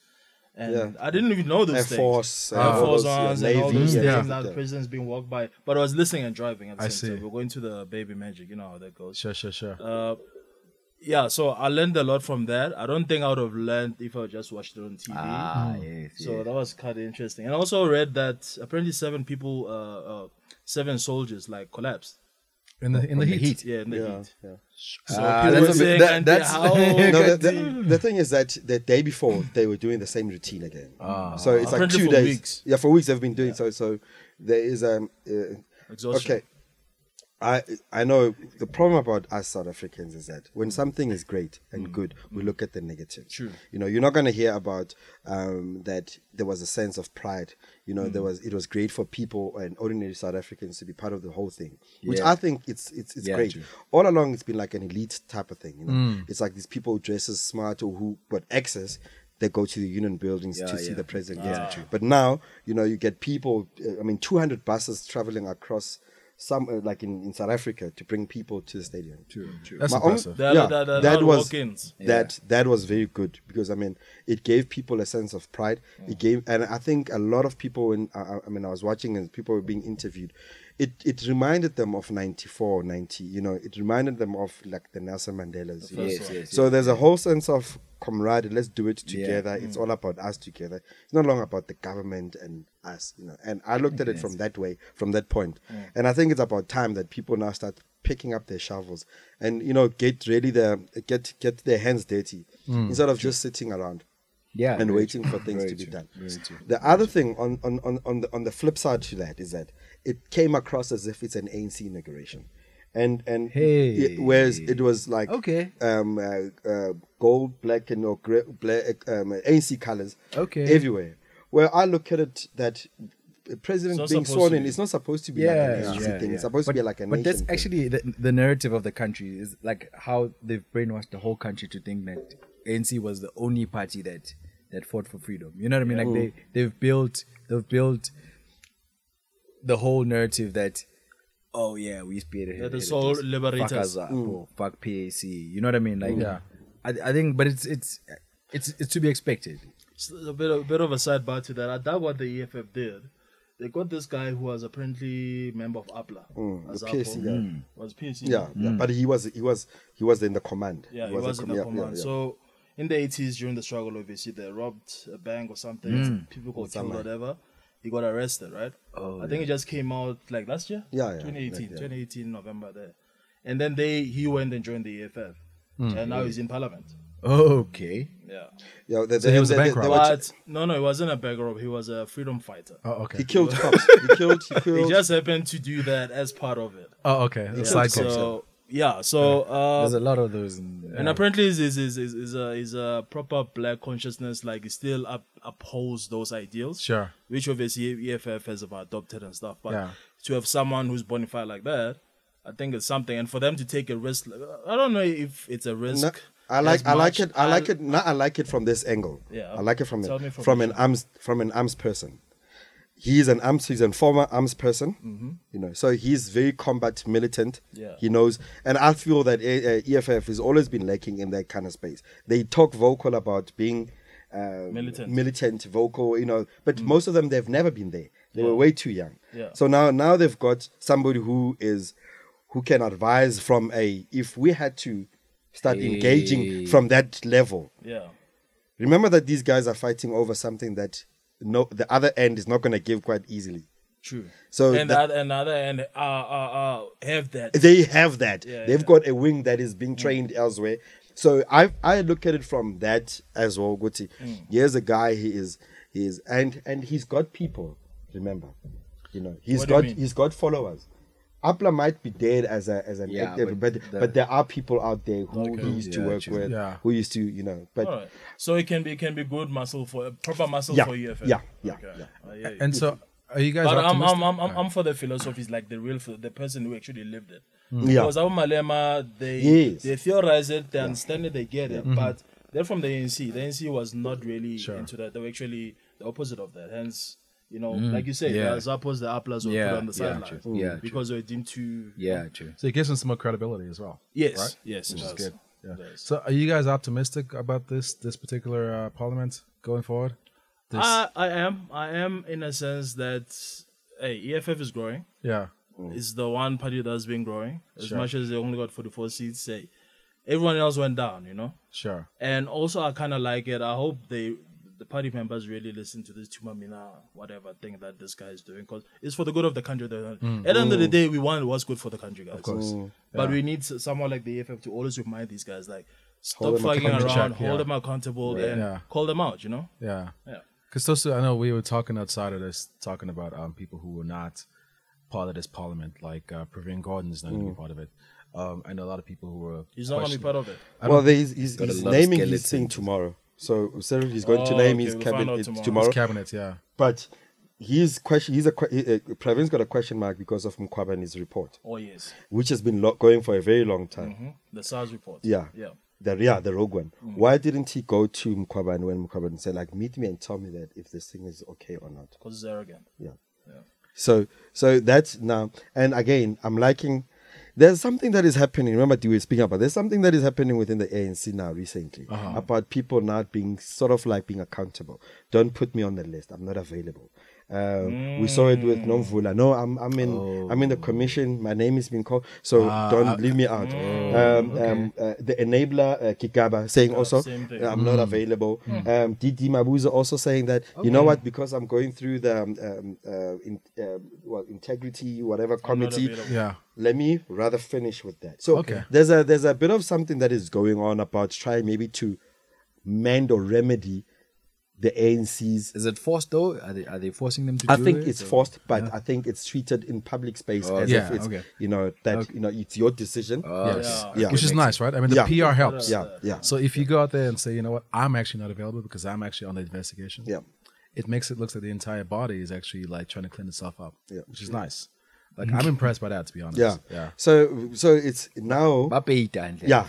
and
Yeah.
I didn't even know those
Air
things.
Force, and
Air
all
Force
those, yeah,
ones and all
Navy,
those
yeah,
things
yeah.
that the president's been walked by. But I was listening and driving at the
I
same
see.
time. We're going to the baby magic. You know how that goes.
Sure, sure, sure.
Uh, yeah, so I learned a lot from that. I don't think I would have learned if I just watched it on TV.
Hmm.
Ah, yes,
so
yes.
that was kind of interesting. And I also read that apparently seven people, uh, uh, seven soldiers, like collapsed.
in the in the
From
heat.
Yeah, in the
Yeah,
heat.
yeah.
So
Ah, that's
people were
a bit-
saying,
that-
"Auntie,
that's-
how
No, the,
could
the, the thing is that the day before they were doing the same routine again.
Ah.
so it's like
Apparently
two
for
days.
weeks.
Yeah, for weeks they've been doing so. So there is um. Uh,
Exhaustion.
Okay. I I know the problem about us South Africans is that
Mm.
when something is great and good, we look at the negative.
True.
You know, you're not going to hear about um, that there was a sense of pride. You know,
Mm.
there was it was great for people and ordinary South Africans to be part of the whole thing, which
Yeah.
I think it's it's it's
Yeah,
great.
true. Mm.
All along, it's been like an elite type of thing. You know, it's like these people who dress as smart or who got access. They go to the union buildings to
Yeah,
see
yeah. Ah.
the president. Yes. But now, you know, you get people. uh, I mean, 200 buses traveling across some, uh, like in, in South Africa, to bring people to the stadium. True,
Mm.
true.
That's impressive.
They're- they're- they're
that
not
was
walk-ins.
that that was very good because I mean, it gave people a sense of pride.
Mm.
It gave, and I think a lot of people. In I, I- I mean, I was watching and people were being interviewed. It it reminded them of 94, 90. You know, it reminded them of like the Nelson Mandela's. you know.
Yes, yes,
So there's a whole sense of camaraderie. Let's do it
Yeah. Mm.
together. It's all about us together. It's no longer about the government and us, you know. And I looked at it from that way, from that point.
Mm.
And I think it's about time that people now start picking up their shovels and you know get really their get get their hands dirty instead of just sitting around
Mm. yeah.
and
very
waiting for things
Very
to be
true.
done.
Very true.
The other thing on, on, on, on, the, on the flip side to that is that it came across as if it's an ANC inauguration. And and
Hey.
it- whereas it was like
Okay.
um, uh, uh, gold, black, and or gray, black, um, ANC colors
Okay.
everywhere. Where I look at it that the president
It's not
being
supposed
sworn
to
in
be.
is not supposed to be like
yeah,
an ANC
yeah,
thing.
yeah.
It's supposed
but,
to be like a
but
nation
that's
thing.
actually the, the narrative of the country is like how they've brainwashed the whole country to think that ANC was the only party that that fought for freedom. You know what I mean? Like they they've built they've built the whole narrative that oh yeah, we used to be at
the sole liberators.
Fuck us up, or fuck PAC. You know what I mean? Like, yeah. I, I think, but it's it's it's it's to be expected.
S- a bit of, bit of a sidebar to that. I doubt what the EFF did. They got this guy who was apparently member of APLA.
Mm, the
Azapho.
PSC guy. Mm.
Was PSC.
Yeah, yeah,
Hmm.
but he was he was he was in the command.
Yeah, he was in
com-
the
yeah,
command.
yeah, yeah.
So in the 80s, during the struggle, obviously, they robbed a bank or something. People got killed,
Somebody.
whatever. He got arrested, right? Oh, I think it just came out like last year.
Yeah, yeah, like,
2018,
yeah.
2018 November there. And then they he went and joined the EFF, and now he's in parliament.
Okay.
Yeah,
yeah, they,
So he
they-
was a
they-
bank
they
robber.
were ch-
but no, no, he wasn't a bank robber. He was a freedom fighter.
Oh, okay.
He killed cops. He killed. He
He
killed.
just happened to do that as part of it.
Oh, okay. It's like
so yeah, so uh,
There's a lot of those. In,
And apparently, is is is is- is a is a proper black consciousness like it still up, upholds those ideals.
Sure.
Which obviously EFF has about adopted and stuff. But
Yeah.
to have someone who's bona fide like that, I think it's something. And for them to take a risk, I don't know if it's a risk.
No, I
as
like I like
much.
it I like it now I like it from this angle.
Yeah.
I like it from
Tell
it,
me from
from, an arms from an arms person. He's an arms he's a former arms person. You know, so he's very combat militant.
Mm-hmm. Yeah.
He knows and I feel that A- uh, EFF has always been lacking in that kind of space. They talk vocal about being uh,
Militant.
militant, vocal, you know, but most of them they've never been there. They were way too young.
Mm. Yeah.
So now now they've got somebody who is who can advise from a if we had to start engaging from that level.
Yeah.
Remember that these guys are fighting over something that no the other end is not going to give quite easily.
True.
So
and
that-
that, another and uh, uh, uh, have that.
They have that.
Yeah,
They've
yeah. Mm.
got a wing that is being trained elsewhere. So I I look at it from that as well. Guti,
Mm.
here's a guy. He is he is and and he's got people. Remember, you know he's
What do you
got
mean?
he's got followers. Apla might be dead as a as an
Yeah,
active, but
but
but,
the-
there are people out there who he used to
Yeah,
work
true.
with,
Yeah.
who used to you know. But
All right. So it can be it can be good muscle for proper muscle
Yeah,
for EFF.
yeah, yeah,
Okay.
yeah.
I hear you.
and so, are you guys
But I'm,
optimistic?
I'm, I'm, I'm, I'm for the philosophies, like the real, ph- the person who actually lived it.
Hmm.
Yeah.
Because our Malema, they
Yes.
they theorize it, they understand it, they get it,
Mm-hmm.
but they're from the ANC. The ANC was not really into that. They were actually the opposite of that. Hence, you know, like you say,
Mm. yeah.
the Zappos, the Aplas were
Yeah,
put on the
yeah,
sidelines
true. Yeah,
because they were deemed too.
yeah, true.
so it gives them some more credibility as well.
Yes,
Right?
yes, it
Which is
does.
good.
It
Yeah.
does.
So, are you guys optimistic about this this particular uh, parliament going forward? This,
I, I am, I am in a sense that hey, EFF is growing.
yeah,
is the one party that's been growing. As
Mm. Sure.
much as they only got 44 seats, say everyone else went down, you know.
sure.
And also, I kind of like it. I hope they, the party members, really listen to this Tumamina whatever thing that this guy is doing because it's for the good of the country. At the end of the day, we want what's good for the country, guys. Of
Mm. course. Mm.
But we need s- someone like the AFF to always remind these guys, like, stop
them
flagging around,
accountable. Check,
hold
yeah.
them accountable, and
Yeah.
call them out. You know?
Yeah.
Yeah.
Because those, I know we were talking outside of this, talking about um, people who were not part of this parliament, like uh, Praveen Gordon is not going to be part of it. Um, and a lot of people who were.
Mm. He's not going to be
questioning-
part of it.
well, there is, he's,
Got a
he's
lot of
naming his
skeletons.
thing tomorrow. So Cyril is going to
Oh,
name
okay,
his
we'll find out
cabinet
tomorrow.
tomorrow.
His cabinet, yeah.
But he's question. He's a que- he- uh, Pravin's got a question mark because of Mkwaba and his report,
Oh yes,
which has been lo- going for a very long time.
hmm the SARS report.
Yeah.
Yeah.
The yeah, the rogue one. Why didn't he go to Mkwaba and when Mkwaba and say like, meet me and tell me that if this thing is okay or not?
Because it's arrogant.
Yeah.
Yeah.
So so that's now and again I'm liking. There's something that is happening. Remember, we were speaking about. There's something that is happening within the ANC now recently
Uh-huh.
about people not being sort of like being accountable. Don't put me on the list. I'm not available. Um, We saw it
Mm.
with Nomvula. No, I'm I'm in I'm
Oh.
in the commission. My name is being called, so
Ah,
don't leave me out.
mm.
um, um, uh, the enabler uh, Kigaba saying also
Oh, same thing.
uh, I'm
Mm.
not available.
Hmm.
Um, Didi Mabuza also saying that you know what because I'm going through the um, um, uh, in, um well, integrity whatever committee.
available.
Yeah.
Let me rather finish with that. So
Okay.
there's a there's a bit of something that is going on about trying maybe to mend or remedy the ANC's
Is it forced though? Are they are they forcing them to?
I
do
think
it,
it's
or-
forced, but I think it's treated in public space as
Oh, yeah,
if it's
okay. Oh,
you know that you know it's your decision.
Yes.
Yeah.
Which is nice, right? I mean, the
Yeah.
PR helps.
yeah, yeah,
So if you go out there and say, you know what, I'm actually not available because I'm actually on the investigation.
Yeah.
It makes it looks like the entire body is actually like trying to clean itself up.
Yeah.
Which is nice. Like
Mm.
I'm impressed by that to be honest.
yeah,
Yeah.
So so it's now,
Bape ita, ndle.
yeah.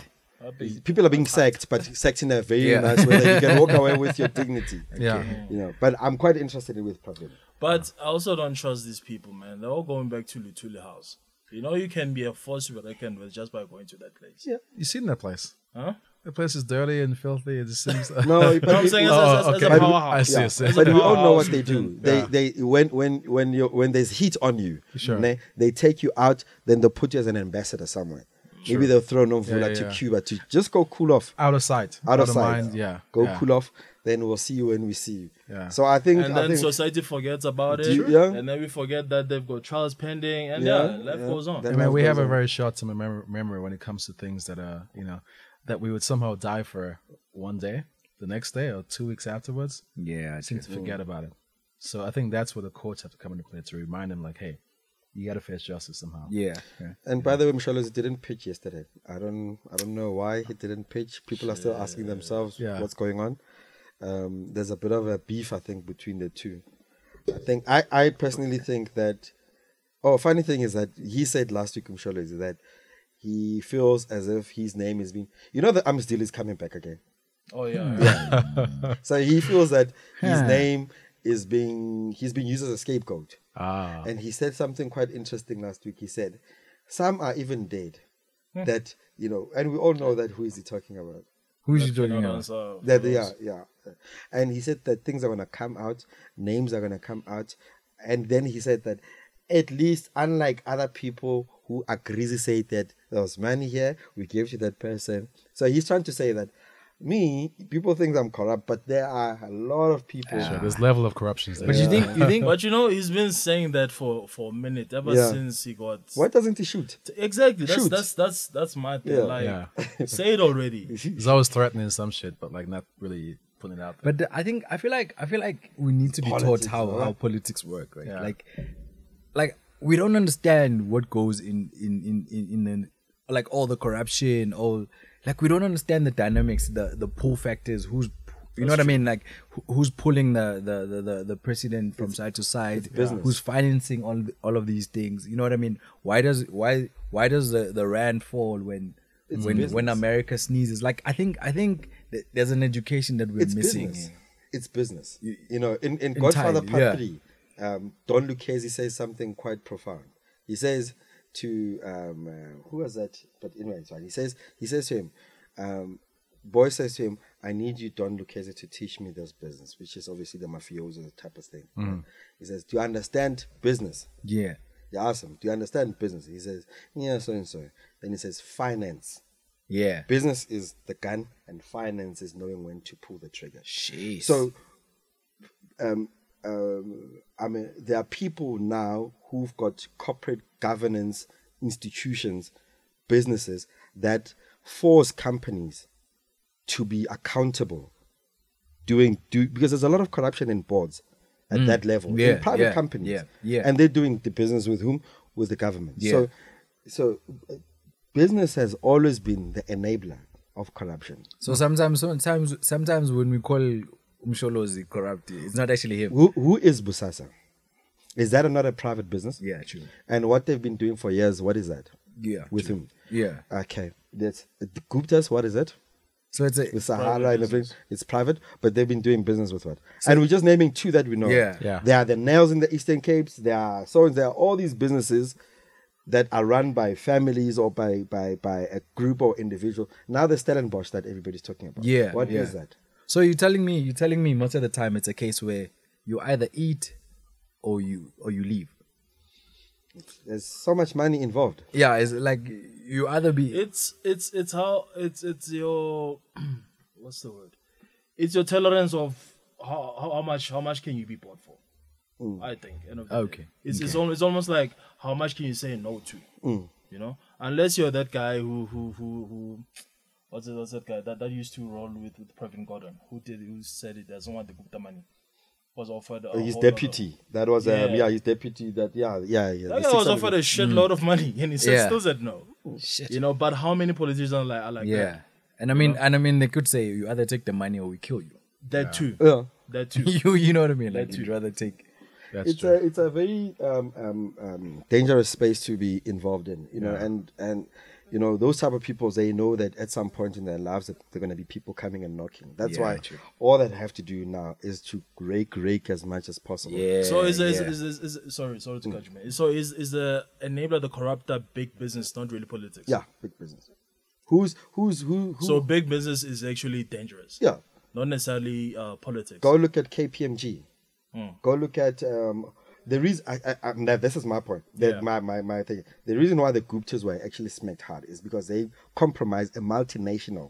Bape.
People are being sacked, but sacked in a very
Yeah.
nice way that you can walk away with your dignity.
Yeah.
You know, but I'm quite interested in with problem.
But I also don't trust these people, man. They're all going back to Lutuli House. You know, you can be a force to be reckoned with just by going to that place.
Yeah.
You seen that place?
Huh?
The place is dirty and filthy. It just seems.
No, but
No, I'm
we-
saying
we-
it's,
Oh,
it's, it's
okay.
a powerhouse.
I see, I see.
It's a
But
But we all know what
powerhouse.
they do.
Yeah.
They they when when when you when there's heat on you,
Sure.
ne, they take you out. Then they'll put you as an ambassador somewhere. Maybe they'll throw Novula
yeah,
to
yeah.
Cuba to just go cool off,
out of sight,
out, of sight.
mind. Yeah,
go
yeah.
cool off. Then we'll see you when we see you.
Yeah.
So I think
and
I
then
think
society forgets about
Do
it.
you- yeah.
And then we forget that they've got trials pending, and yeah,
Yeah,
life
yeah.
goes on.
I
That-
mean, we have a
Those are-
very short term mem- memory when it comes to things that are, you know, that we would somehow die for one day, the next day, or two weeks afterwards.
Yeah,
I seem to forget about it. So I think that's where the courts have to come into play to remind them, like, hey, you got to face justice somehow.
yeah. yeah.
and by the way, Michelos didn't pitch yesterday. I don't I don't know why he didn't pitch. People are still asking themselves
Yeah.
what's going on. Um, there's a bit of a beef I think between the two. I think I, I personally think that oh funny thing is that he said last week Msholo is that he feels as if his name is being you know that Amos deal is coming back again.
Oh yeah.
So he feels that his name is being he's being used as a scapegoat.
Ah,
And he said something quite interesting last week. He said, Some are even dead. That, you know, and we all know that who is he talking about?
Who's you
You
talking
know,
about?
so-
That yeah, yeah. And he said that things are gonna come out, names are gonna come out, and then he said that at least unlike other people who are greasy say that there was money here, we gave to that person. So he's trying to say that me, people think I'm corrupt, but there are a lot of people.
sure. There's level of corruptions there.
But you think you think
But you know, he's been saying that for for a minute ever
Yeah.
since he got
Why doesn't he shoot?
Exactly. That's
Shoot.
that's that's that's my thing.
Yeah.
Like,
Yeah.
say it already.
He's always threatening some shit, but like not really putting it out there.
But the- I think I feel like I feel like we need to be
Politics,
taught how,
right?
how politics work, right?
Yeah.
Like, like we don't understand what goes in in in in, in an, like all the corruption, all like we don't understand the dynamics, the the pull factors, who's you know what I mean? Like who- who's pulling the the the, the, the president from side to side? Who's financing all the, all of these things? You know what I mean? Why does why why does the the rand fall when when when America sneezes? Like I think I think th- there's an education that we're
It's
missing.
business.
here.
It's business. You, know, in, in
in
Godfather
time,
Part
yeah.
3, um, Don Lucchese says something quite profound. He says to, um, uh, who was that? But anyway, it's fine. He says, he says to him, um, boy says to him, I need you, Don Lucchese, to teach me this business, which is obviously the mafioso type of thing.
Mm.
He says, do you understand business?
Yeah.
You ask him, do you understand business? He says, yeah, so and so. Then he says, finance.
Yeah.
Business is the gun, and finance is knowing when to pull the trigger.
Jeez.
So, um, um, I mean, there are people now who've got corporate governance institutions, businesses that force companies to be accountable, doing do because there's a lot of corruption in boards at that level
Mm. Yeah,
in private
yeah,
companies,
yeah, yeah.
and they're doing the business with whom with the government. So, so uh, business has always been the enabler of corruption.
so sometimes sometimes sometimes when we call Umsholozi corrupt, it's not actually him.
Who, who is Busasa? Is that another private business?
Yeah, true.
And what they've been doing for years, what is that?
Yeah.
With
true.
him.
Yeah.
Okay. That's the Guptas, what is it?
So it's a
With Sahara and everything. It's private, but they've been doing business with what? and we're just naming two that we know. of.
Yeah.
Yeah.
There are the nails in the Eastern Capes, there are so there are all these businesses that are run by families or by by by a group or individual. Now the Stellenbosch that everybody's talking about.
Yeah,
What is
yeah.
that?
So you're telling me you're telling me most of the time it's a case where you either eat or you or you leave.
There's so much money involved.
Yeah, it's like you either be
It's it's it's how it's it's your what's the word? It's your tolerance of how how, how much how much can you be bought for? I think. end of the day.
Okay.
It's it's almost it's almost like how much can you say no to?
Mm.
You know, unless you're that guy who who who who. What's, it, what's that guy that, that used to roll with, with Pravin Gordon? Who did who said it doesn't want the Gupta money? Was offered a
his
whole lot of-
deputy. That was yeah. Um,
Yeah.
yeah, his deputy. That yeah, yeah, yeah. the
That guy was
600
offered a shitload of money and he said,
Yeah.
still said no. You know, but how many politicians are like, are like
yeah.
that?
And I mean and I mean they could say you either take the money or we kill you.
That too.
Yeah.
That too.
you you know what I mean? Like
That
you'd
too.
rather take
That's
It's
true.
a it's a very um, um, um, dangerous space to be involved in, you know, and and you know those type of people they know that at some point in their lives that they're going to be people coming and knocking that's
Yeah,
why
true.
all that I have to do now is to rake rake as much as possible
Yeah.
So is, is,
yeah.
is, is, is- sorry sorry to cut you man. So is is the enabler the corrupter big business not really politics?
yeah big business who's who's who, who
So big business is actually dangerous.
yeah
Not necessarily uh, politics.
go look at KPMG.
Hmm.
Go look at um, the reason. I, I, I, now this is my point. The,
Yeah.
my, my, my thing. The reason why the Guptas were actually smacked hard is because they compromised a multinational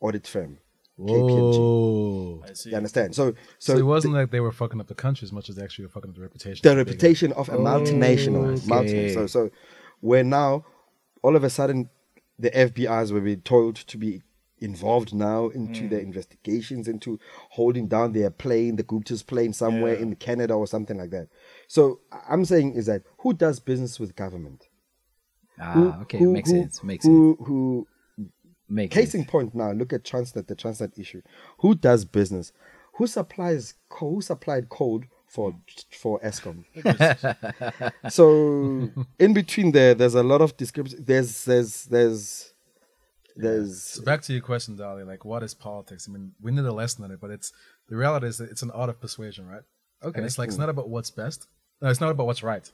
audit firm, KPMG.
Whoa.
Oh, I see.
You understand? So, so,
Oh. So it wasn't like they were fucking up the country as much as they actually were fucking up the reputation.
the
of the big guy.
reputation of a multinational. multinational. So, so where now, all of a sudden, the FBI's will be told to be involved now into their
Mm.
investigations, into holding down their plane, the Gupta's plane somewhere in Canada or something like that. So I- I'm saying is that who does business with government? Who-
ah, okay,
who-
makes
who-
sense. Makes sense.
who, Who
Makes
Case
sense.
in point now, look at Transnet, the Transnet issue. Who does business? Who supplies co- who supplied coal for for Eskom? so in between there, there's a lot of description. There's there's there's there's
So back to your question, Dolly. Like, what is politics? I mean, we need a lesson on it, but it's the reality is that it's an art of persuasion, right? Okay. And it's like it's not about what's best. No, it's not about what's right.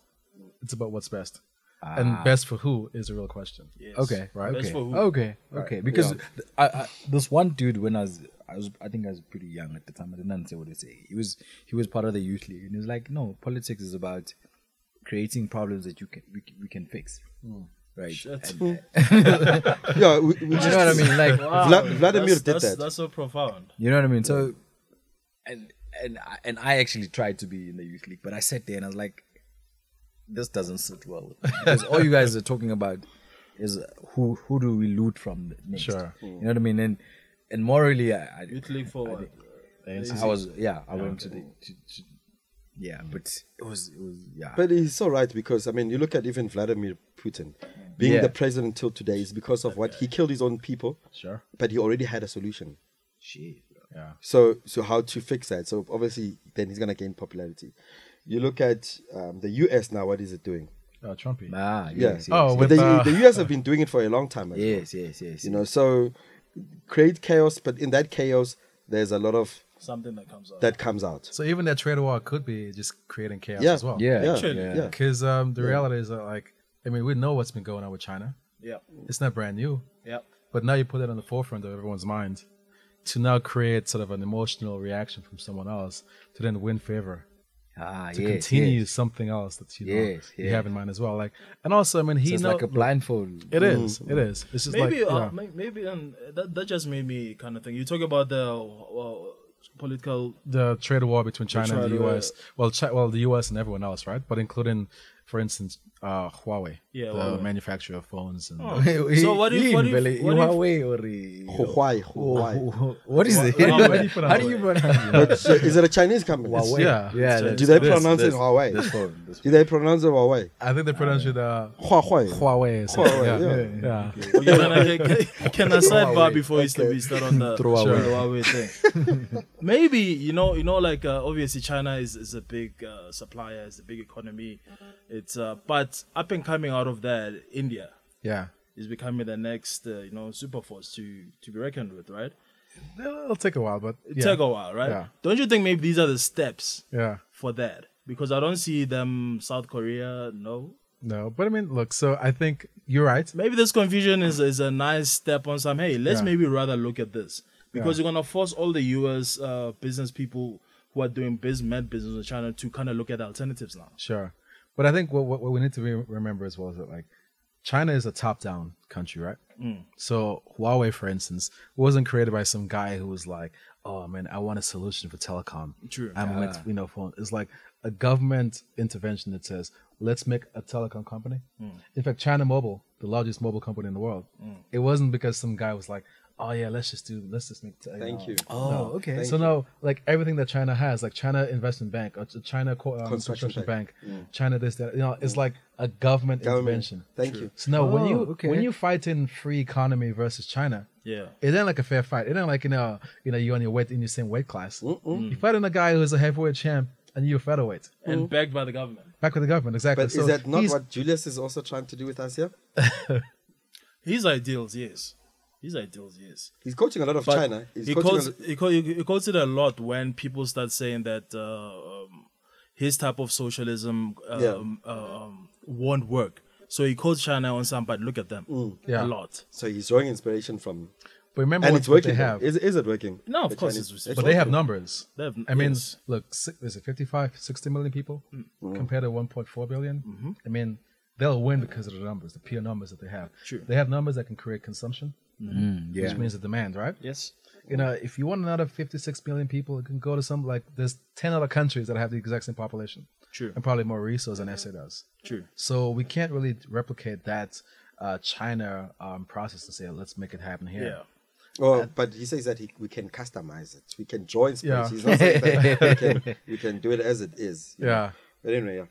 It's about what's best, and best for who is a real question.
Yes.
Okay, right.
That's
Okay,
for who?
okay, okay. Because th- I, I, this one dude, when I was, I was, I think I was pretty young at the time. I didn't understand what he say. He was, he was part of the youth league, and he was like, "No, politics is about creating problems that you can, we, can- we can fix." Right. And-
uh, yeah. We, we
you know what I mean? Like,
Vla- Vladimir
that's,
did
that's,
that.
That's so profound.
you know what I mean? So, and and I, and I actually tried to be in the youth league, but I sat there and I was like, "This doesn't sit well." with me," Because all you guys are talking about is uh, who who do we loot from next?
Sure.
You know what I mean? And and morally, I, I
Youth League for what?
I was yeah. I went to the to, to, yeah, but it was it was yeah.
But he's so right because I mean, you look at even Vladimir Putin being
Yeah.
the president till today is because of what he killed his own people.
Sure.
But he already had a solution.
shit. bro.
So, so how to fix that? So obviously, then he's gonna gain popularity. You look at um, the US now. What is it doing?
Uh, Trumpy.
Ah,
Yeah.
yes, yes,
Oh, with,
But the,
uh,
the US have been doing it for a long time. as well,
yes, yes, yes.
You know, so create chaos, but in that chaos, there's a lot of
Something that comes up.
that comes out.
So even that trade war could be just creating chaos
Yeah.
as well.
yeah,
Yeah,
yeah,
Actually,
yeah.
Because um, the reality is that, like, I mean, we know what's been going on with China.
yeah.
It's not brand new,
Yeah.
but now you put it on the forefront of everyone's mind to now create sort of an emotional reaction from someone else to then win favor
Ah,
to
yes,
continue
yes.
something else that you know
Yes,
you have
yeah.
in mind as well. Like, and also, I mean, he
So it's
know,
like a Mm. blindfold.
it is, it is. It's just
Maybe,
like
uh,
yeah.
may- maybe, and that, that just made me kind of think. You talk about the well, political
the trade war between China and
trade
the
war.
US. Well, chi- well, the US and everyone else, right? But including, for instance, uh, Huawei,
Yeah,
the
Huawei. Oh.
manufacturer of phones. And,
So what if- what if- what if-
Huawei or eh,
Huawei, Huawei.
Huawei. what is it?
Huawei.
How do you How do you pronounce
Oh.
it?
So is it a Chinese company?
Huawei.
Yeah.
yeah.
So
that's-
Do they
that's-
pronounce it
that's-
Huawei?
This phone. This phone.
Do they pronounce it Huawei?
I think they pronounce it uh,
Huawei.
Huawei. or something,
Huawei,
yeah. yeah.
Okay, can, I, can, can I sidebar before you we start on the
Throw away.
Sure, throw away thing? Maybe you know, you know, like uh, obviously China is, is a big uh, supplier, it's a big economy. It's uh, but up and coming out of that, India
Yeah.
is becoming the next uh, you know super force to to be reckoned with, right?
It'll take a while, but
It
yeah.
take a while, right?
Yeah.
Don't you think maybe these are the steps
yeah,
for that? Because I don't see them South Korea, no.
no, but I mean, look. So I think you're right.
Maybe this confusion is, is a nice step on some. Hey, let's maybe rather look at this because you're gonna force all the U.S. Uh, business people who are doing biz med business with China to kind of look at alternatives now.
Sure, but I think what what, what we need to re- remember as well is that like China is a top down country, right?
Mm.
So Huawei, for instance, wasn't created by some guy who was like, "Oh man, I want a solution for telecom.
True. Ah.
I'm gonna make, you know phone." It's like a government intervention that says, "Let's make a telecom company."
Mm.
In fact, China Mobile, the largest mobile company in the world, it wasn't because some guy was like. Oh yeah, let's just do. Let's just make. te-
Thank you.
Oh, okay.
so no, like everything that China has, like China Investment Bank, or Ch- China Co- um, Construction,
Construction Mm.
Bank, China this, that, you know, it's like a government, intervention.
Thank True. you.
So no, when
Oh,
you
okay.
when you fight in free economy versus China,
Yeah.
it ain't like a fair fight. It ain't like you know, you know, you on your weight in your same weight class. You fighting a guy who's a heavyweight champ and you a featherweight.
And backed by the government.
Back with the government, exactly.
But
so
is that not
he's-
what Julius is also trying to do with us here?
His ideals, yes. His ideals, yes.
He's coaching a lot of
But
China. He's
he,
coaching
quotes,
a lot-
he, co- he quotes it a lot when people start saying that uh, um, his type of socialism um, um, won't work. So he quotes China on some, but look at them
Yeah.
a lot.
so he's drawing inspiration from,
But remember
and
what,
it's
what
working.
they
though.
have.
Is, is it working?
No, of
The
course
Chinese-
it's-
it's
but they have
working.
numbers.
They have-
I mean,
yes. Hmm.
look, si- is it 55, 60 million people compared to 1.4 billion?
Mm-hmm.
I mean, they'll win because of the numbers, the pure numbers that they have.
True. Mm-hmm.
They have numbers that can create consumption,
yeah.
which means the demand, right?
Yes.
You know, if you want another 56 million people, it can go to some, like, there's 10 other countries that have the exact same population
True.
and probably more resource than SA does.
True.
So we can't really replicate that uh, China um, process to say, let's make it happen here.
Yeah.
Well, but he says that he, we can customize it. We can draw inspiration. He's not saying that we can, we can do it as it is. you know.
Yeah.
But anyway, yeah.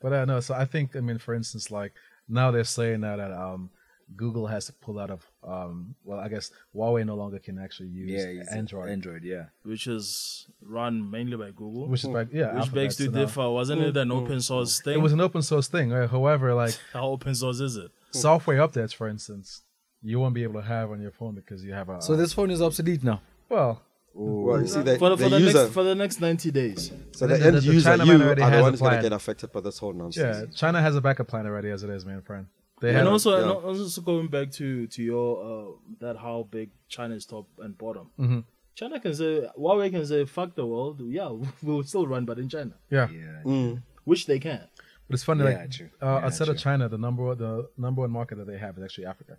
But uh, no, so I think I mean, for instance, like now they're saying now that um, Google has to pull out of um, well, I guess Huawei no longer can actually use
Yeah, it's
Android,
Android, yeah.
Which is run mainly by Google.
which is like yeah,
Which
Alphabet,
begs to
so now-
differ. Wasn't it an open source thing?
Oh, It was an open source thing. Right? However, like
How open source is it?
software updates, for instance, you won't be able to have on your phone because you have a
So this phone is obsolete now.
well.
Well, you see, the,
For the,
the
for the
user,
next for the next ninety days.
so
I think
the
that
end
the
user,
Chinaman
you are
already
the
has a
one who's going to
plan.
get affected by this whole
Yeah,
nonsense.
China has a backup plan already as it is, man, friend. They have
and also,
yeah.
and also going back to to your uh, that how big China is top and bottom.
Mm-hmm.
China can say Huawei can say fuck the world. Yeah, we'll still run, but in China,
yeah.
Yeah.
which they can.
But it's funny,
Yeah,
like
true.
Uh,
Yeah,
outside of
true.
China, the number one- the number one market that they have is actually Africa.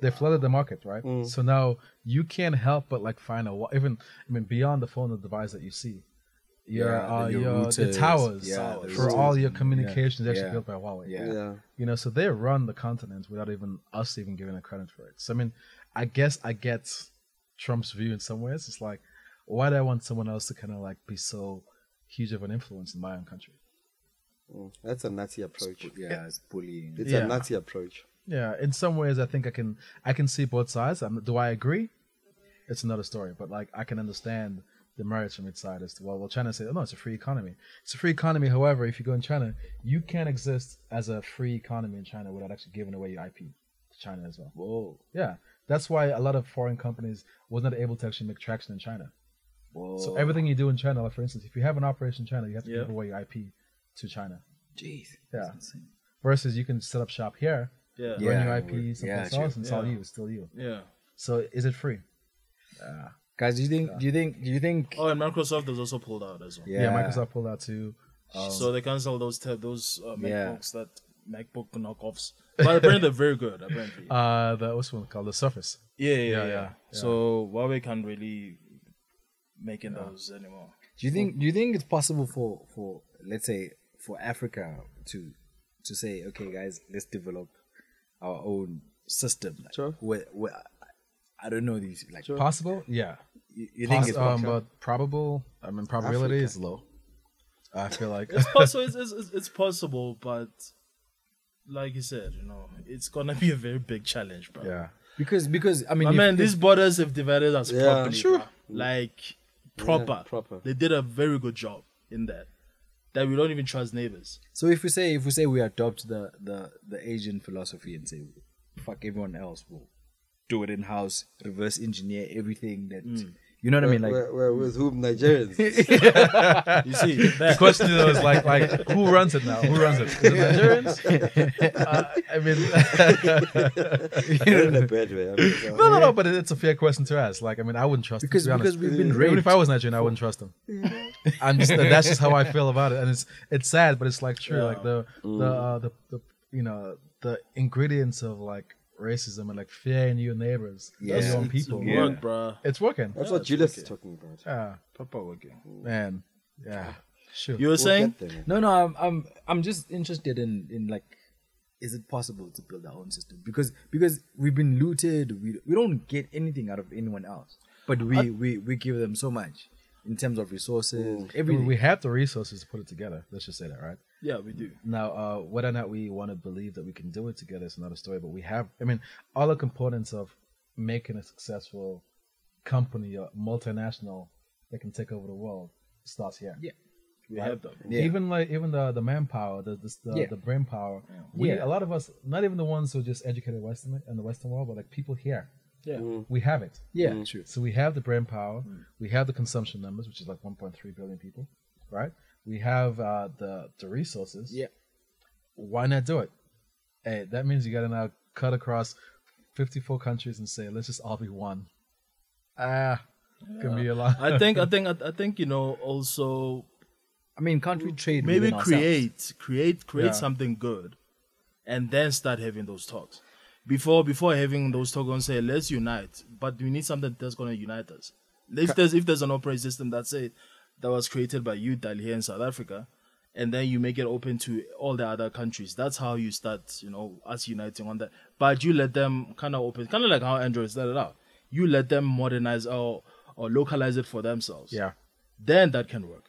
They flooded the market, right?
Mm.
So now you can't help but like find a wa- even I mean beyond the phone and device that you see, your
Yeah,
uh,
the- your
your, the
routers.
towers
Yeah, the
for
routers
all
and-
your
yeah,
communications actually
yeah.
built by Huawei.
Yeah.
yeah.
You know, so they run the continent without even us even giving a credit for it. So I mean, I guess I get Trump's view in some ways. It's like, why do I want someone else to kind of like be so huge of an influence in my own country?
Mm. That's a Nazi approach.
Yeah, it's bullying.
It's
Yeah.
a Nazi approach.
Yeah, in some ways, I think I can I can see both sides. I'm, do I agree? It's another story, but like I can understand the merits from its side as to well, well, China said, oh, no, it's a free economy. It's a free economy. However, if you go in China, you can't exist as a free economy in China without actually giving away your IP to China as well.
Whoa.
Yeah, that's why a lot of foreign companies was not able to actually make traction in China.
Whoa.
So everything you do in China, like for instance, if you have an operation in China, you have to
Yeah.
give away your IP to China.
Jeez.
Yeah.
that's insane.
Versus you can set up shop here,
Yeah,
Yeah.
yeah,
run your IP
we-
someplace
yeah,
else, and it's all
Yeah.
you. It's still you.
yeah.
So is it free?
Guys, do you think? Do you think? Do you think?
Oh, and Microsoft is also pulled out as well.
Yeah, Microsoft pulled out too.
So they cancel those tab, those uh,
Yeah.
MacBooks that MacBook knockoffs. But apparently they're very good. Apparently.
Uh, the what's one called the Surface?
yeah, yeah, yeah,
yeah,
So Huawei can't really make in those anymore.
Do you think? Do you think it's possible for for let's say for Africa to to say, okay, guys, let's develop our own system. Like,
Sure.
Where, where I don't know these like.
Possible? Yeah.
You, you think
Poss-
it's
um,
possible?
but probable. I mean, probability is low. I feel like
It's possible. it's, it's, it's- it's possible, but like you said, you know, it's gonna be a very big challenge, bro.
yeah.
because because I mean,
My
if-
man, these borders have divided us
Yeah,
properly,
sure.
bruh. Like proper,
proper.
They did a very good job in that. That we don't even trust neighbors.
So if we say if we say we adopt the the the Asian philosophy and say fuck everyone else, we'll do it in house, reverse engineer everything that you know what I mean, like
We're- we're with whom? Nigerians.
You see, that,
Question though is like like who runs it now? Who runs it? Is it Nigerians? uh, I mean,
in a bad way. I mean, so-
no, no, no. But it's a fair question to ask. Like, I mean, I wouldn't trust
because
them, to be
because
honest.
we've been
Even
raped.
if I was Nigerian, I wouldn't trust them. I'm just that's just how I feel about it, and it's it's sad, but it's like true. Like the the, uh, the the you know the ingredients of like racism and like fear in your neighbors, yeah. your own people.
yeah. work, bruh.
It's working.
That's what Julius is talking about.
Yeah,
Proper working.
man. Yeah, sure.
You were saying?
Get there.
No, no, I'm I'm I'm just interested in in like is it possible to build our own system because because we've been looted, we we don't get anything out of anyone else, but we we we give them so much in terms of resources,
we,
everything.
we have the resources to put it together. Let's just say that, right?
Yeah, we do.
Now, uh, whether or not we want to believe that we can do it together is another story, but we have, I mean, all the components of making a successful company, a multinational that can take over the world starts here.
Yeah.
We have them.
Yeah.
Even like even the the manpower, the the, the,
Yeah.
the brain power. We
Yeah.
a lot of us, not even the ones who just educated Western and the Western world, but like people here,
Yeah.
we have it.
Yeah.
true. So we have the brain power.
Mm.
We have the consumption numbers, which is like 1.3 billion people, right? We have uh, the the resources.
Yeah.
Why not do it? Hey, that means you got to now cut across 54 countries and say, let's just all be one. Ah, could be a lot.
I think I think I think you know also
I mean, can't we trade?
maybe
within ourselves?
create create create
Yeah.
something good and then start having those talks before before having those talks and say let's unite but we need something that's going to unite us if there's if there's an open system that's it that was created by you that here in south africa and then you make it open to all the other countries that's how you start you know us uniting on that but you let them kind of open kind of like how android started out you let them modernize or or localize it for themselves
Yeah.
then that can work.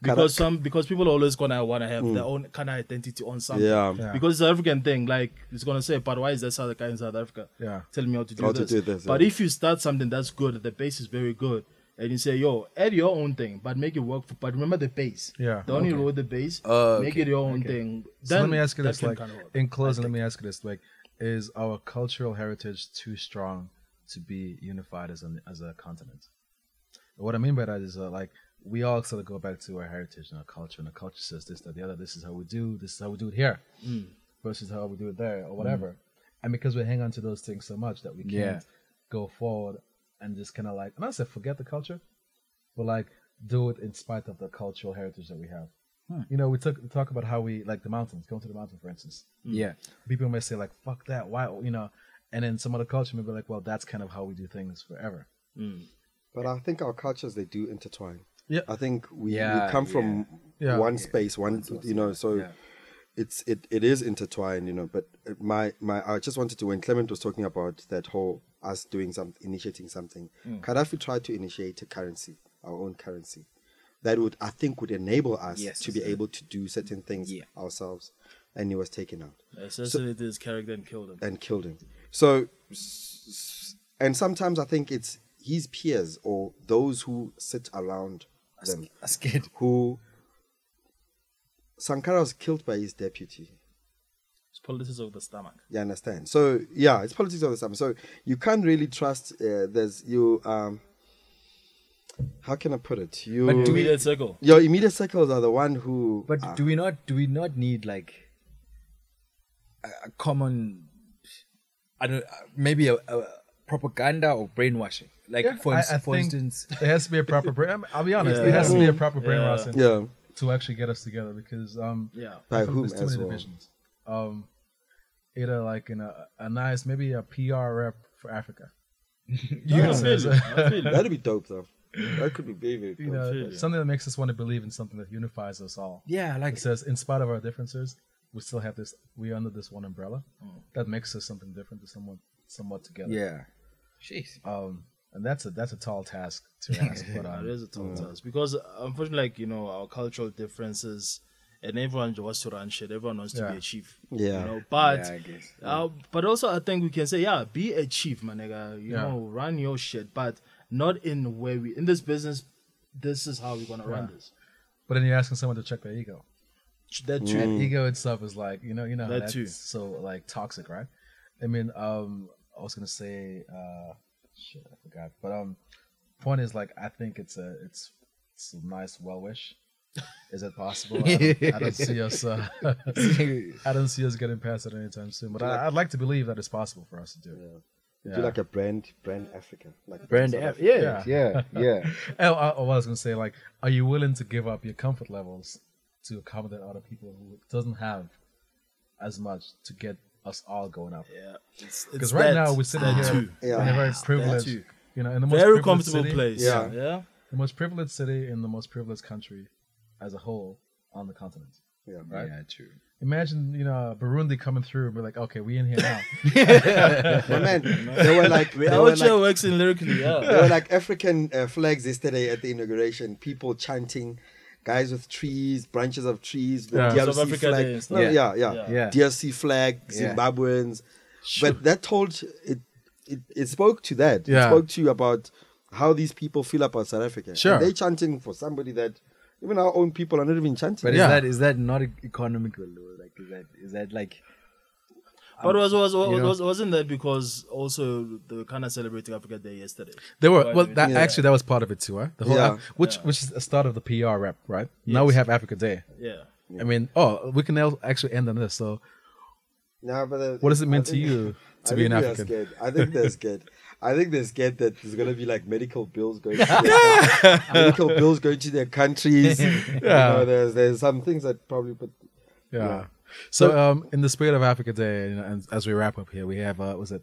Because some because people are always gonna wanna have their own kind of identity on something.
Mm. Yeah.
Yeah.
Because it's an African thing, like it's gonna say, but why is that South guy in South Africa
Yeah.
telling me how to do
How to
this?
do this,
But
yeah.
if you start something that's good, the base is very good, and you say, yo, add your own thing, but make it work for but remember the base.
Yeah.
Don't you roll the base,
Uh,
make it your own thing.
So
Then
let me ask you
that
this:
can
like,
kinda work.
in closing, let me ask you this: like, is our cultural heritage too strong to be unified as an as a continent? What I mean by that is, uh, like, we all sort of go back to our heritage and our culture, and our culture says this, that, the other. This is how we do. This is how we do it here, versus how we do it there, or whatever. And because we hang on to those things so much that we can't
Yeah.
go forward and just kind of like, and I said, forget the culture, but like, do it in spite of the cultural heritage that we have. You know, we talk, talk about how we like the mountains, going to the mountain, for instance.
Mm. Yeah.
People may say, like, fuck that, why, you know, and then some other culture may be like, well, that's kind of how we do things forever.
But I think our cultures they do intertwine.
Yeah.
I think we,
Yeah,
we come from
yeah. Yeah.
one space, one you know, so it's it, it is intertwined, you know. But my my I just wanted to when Clement was talking about that whole us doing some initiating something,
Mm.
Gaddafi tried to initiate a currency, our own currency. That would I think would enable us
Yes,
to be
exactly.
able to do certain things
Yeah.
ourselves. And he was taken out
assassinated his character and killed him.
and killed him. So, s- s- and sometimes I think it's his peers or those who sit around them
I'm scared.
who Sankara was killed by his deputy.
It's politics of the stomach.
You understand? So yeah, it's politics all the time. So you can't really trust. Uh, there's you. Um, how can I put it? You.
But do we-
Immediate circle.
your immediate circles are the one who.
But
are-
do we not do we not need like a, a common? I don't uh, maybe a, a propaganda or brainwashing. Like for,
I-
ins-
I
for
think
instance,
There has to be a proper brain. I mean, I'll be honest,
Yeah.
there has to be a
Mm.
proper brainwashing
yeah.
to actually get us together because, um,
Yeah.
I
By
feel
whom
there's too
as
many
well?
divisions. Um, either like in a, a nice, maybe a PR rep for Africa.
You I feel it. I feel it.
That'd be dope though. That could be very very. Dope.
You know,
Absolutely.
something that makes us want to believe in something that unifies us all.
yeah, like
It says, in spite of our differences, we still have this. We are under this one umbrella that makes us something different to someone, somewhat together.
yeah. Jeez.
Um, and that's a that's a tall task to ask. but
Nah,
um,
it is a tough task because uh, unfortunately, like you know, our cultural differences, and everyone just wants to run shit. Everyone wants to
Yeah.
be a chief.
Yeah.
You know, but
Yeah, I guess.
uh, but also I think we can say, yeah, be a chief, my nigga. You
Yeah.
know, run your shit, but not in where we in this business. This is how we're gonna run this.
but then you're asking someone to check their ego.
That too.
And ego itself is like you know you know how
That
that's
too.
so like toxic, right? I mean, um, I was gonna say uh, shit, I forgot. But um, point is like I think it's a it's it's a nice well wish. Is it possible? I don't, I don't see us. Uh, I don't see us getting past it anytime soon. But I, I'd like to believe that it's possible for us to do. it.
Do like a brand brand Africa like
Brand
South
F.
Africa.
Yeah, yeah, yeah.
Oh, I, I was gonna say, like, are you willing to give up your comfort levels to accommodate other people who doesn't have as much to get us all going up?
Yeah, it's
Because
it's
right
that,
now we're sitting
that
here
too.
Yeah.
in a very privileged,
too.
you know, in the most
Very
privileged
comfortable
city,
place.
Yeah.
yeah.
the most privileged city in the most privileged country as a whole on the continent.
Yeah.
Yeah, true.
Imagine, you know, Burundi coming through and be like, okay, we in here now.
My man, they were like they
Our
were
chair
like,
works in lyrically.
they
Yeah.
were like African uh, flags yesterday at the inauguration. People chanting, guys with trees, branches of trees, the
Yeah.
DRC
South Africa
flag.
Day and stuff.
No, yeah, yeah,
Yeah.
Yeah.
DRC flag,
Yeah.
Zimbabweans. But that told it, it it spoke to that. It
Yeah.
spoke to you about how these people feel about South Africa.
Sure.
And they chanting for somebody that Even our own people are not even chanting.
But
Yeah.
is that is that not e- economical though? Like is that is that like
But was was, was,
you know.
was wasn't that because also they were kind of celebrating Africa Day yesterday?
They were
Why
well.
they-
That
Yeah.
actually that was part of it too, right? The whole
Yeah.
Af- which which is the start of the PR rep, right? Now we have Africa Day.
Yeah.
I mean, oh, we can now actually end on this. So,
Nah, but the-
what does it mean
I
to
think-
you to
I
be
think
an
they are
African?
Scared. I think they're scared. I think they're scared that there's gonna be like medical bills going to their, medical bills going to their countries. You know, there's there's some things that probably put
Yeah. So, um, in the spirit of Africa Day, you know, and as we wrap up here, we have uh, was it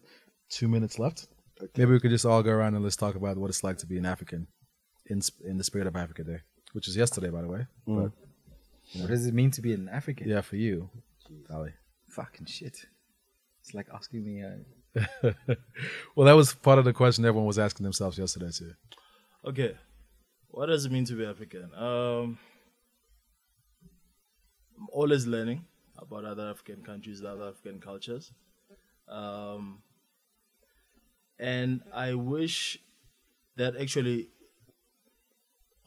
two minutes left? Maybe we could just all go around and let's talk about what it's like to be an African in sp- in the spirit of Africa Day, which is yesterday, by the way. But
what does it mean to be an African?
yeah, for you, Ali.
Fucking shit. It's like asking me uh,
Well, that was part of the question everyone was asking themselves yesterday too.
Okay. What does it mean to be African? Um, I'm always learning about other African countries, other African cultures. Um, and I wish that actually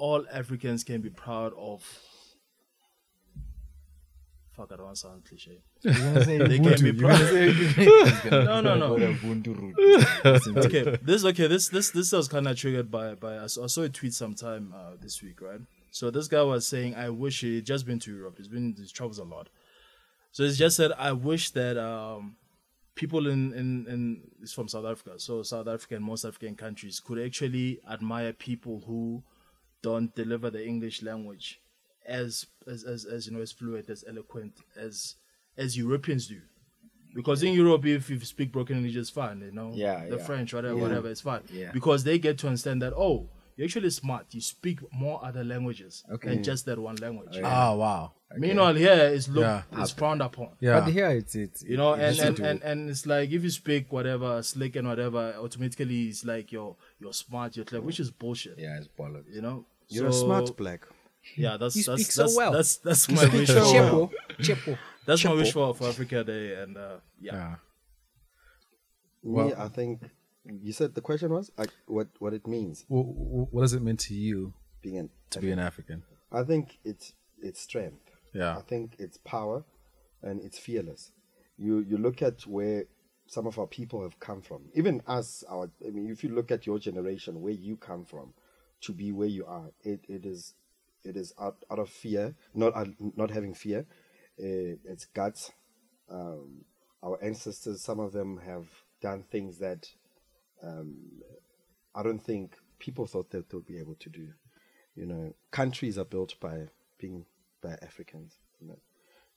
all Africans can be proud of. Fuck, I don't want to sound cliche. They can be proud. no, no, no. okay, this okay. This this this was kind of triggered by by I saw, I saw a tweet sometime uh, this week, right? So this guy was saying, "I wish he would just been to Europe. He's been he travels a lot." So it's just that I wish that um, people in in in it's from South Africa, so South Africa and most African countries could actually admire people who don't deliver the English language as as as, as you know as fluent as eloquent as as Europeans do. Because in Europe, if, if you speak broken English, it's fine, you know.
Yeah,
The
yeah.
French, whatever, whatever, it's fine.
Yeah.
Because they get to understand that oh, you're actually smart. You speak more other languages
Okay.
than just that one language. Uh,
Ah,
Oh wow.
Meanwhile, here it's look
Yeah.
it's frowned upon.
Yeah.
But here it's it's
You know, and
it's
and,
to-
and and it's like if you speak whatever slick and whatever, automatically it's like you're you're smart, you're clever, which is bullshit.
yeah, it's bollocks.
You know,
you're
So,
a smart black.
Yeah, that's
You
that's
speak so
that's,
well.
that's that's my wish. for-
Chepo, chepo.
That's my wish for, for Africa Day, and uh, yeah.
Yeah.
Me, I think you said the question was like what what it means
Wh- wh- what does it mean to you
being an
to be an African?
I think it's it's strength.
Yeah.
I think it's power, and it's fearless. You you look at where some of our people have come from. Even us, our I mean, if you look at your generation, where you come from, to be where you are, it, it is it is out, out of fear, not out, not having fear. Uh, it's guts. Um, our ancestors, some of them have done things that I don't think people thought that they'll be able to do. You know, countries are built by being by Africans. You know,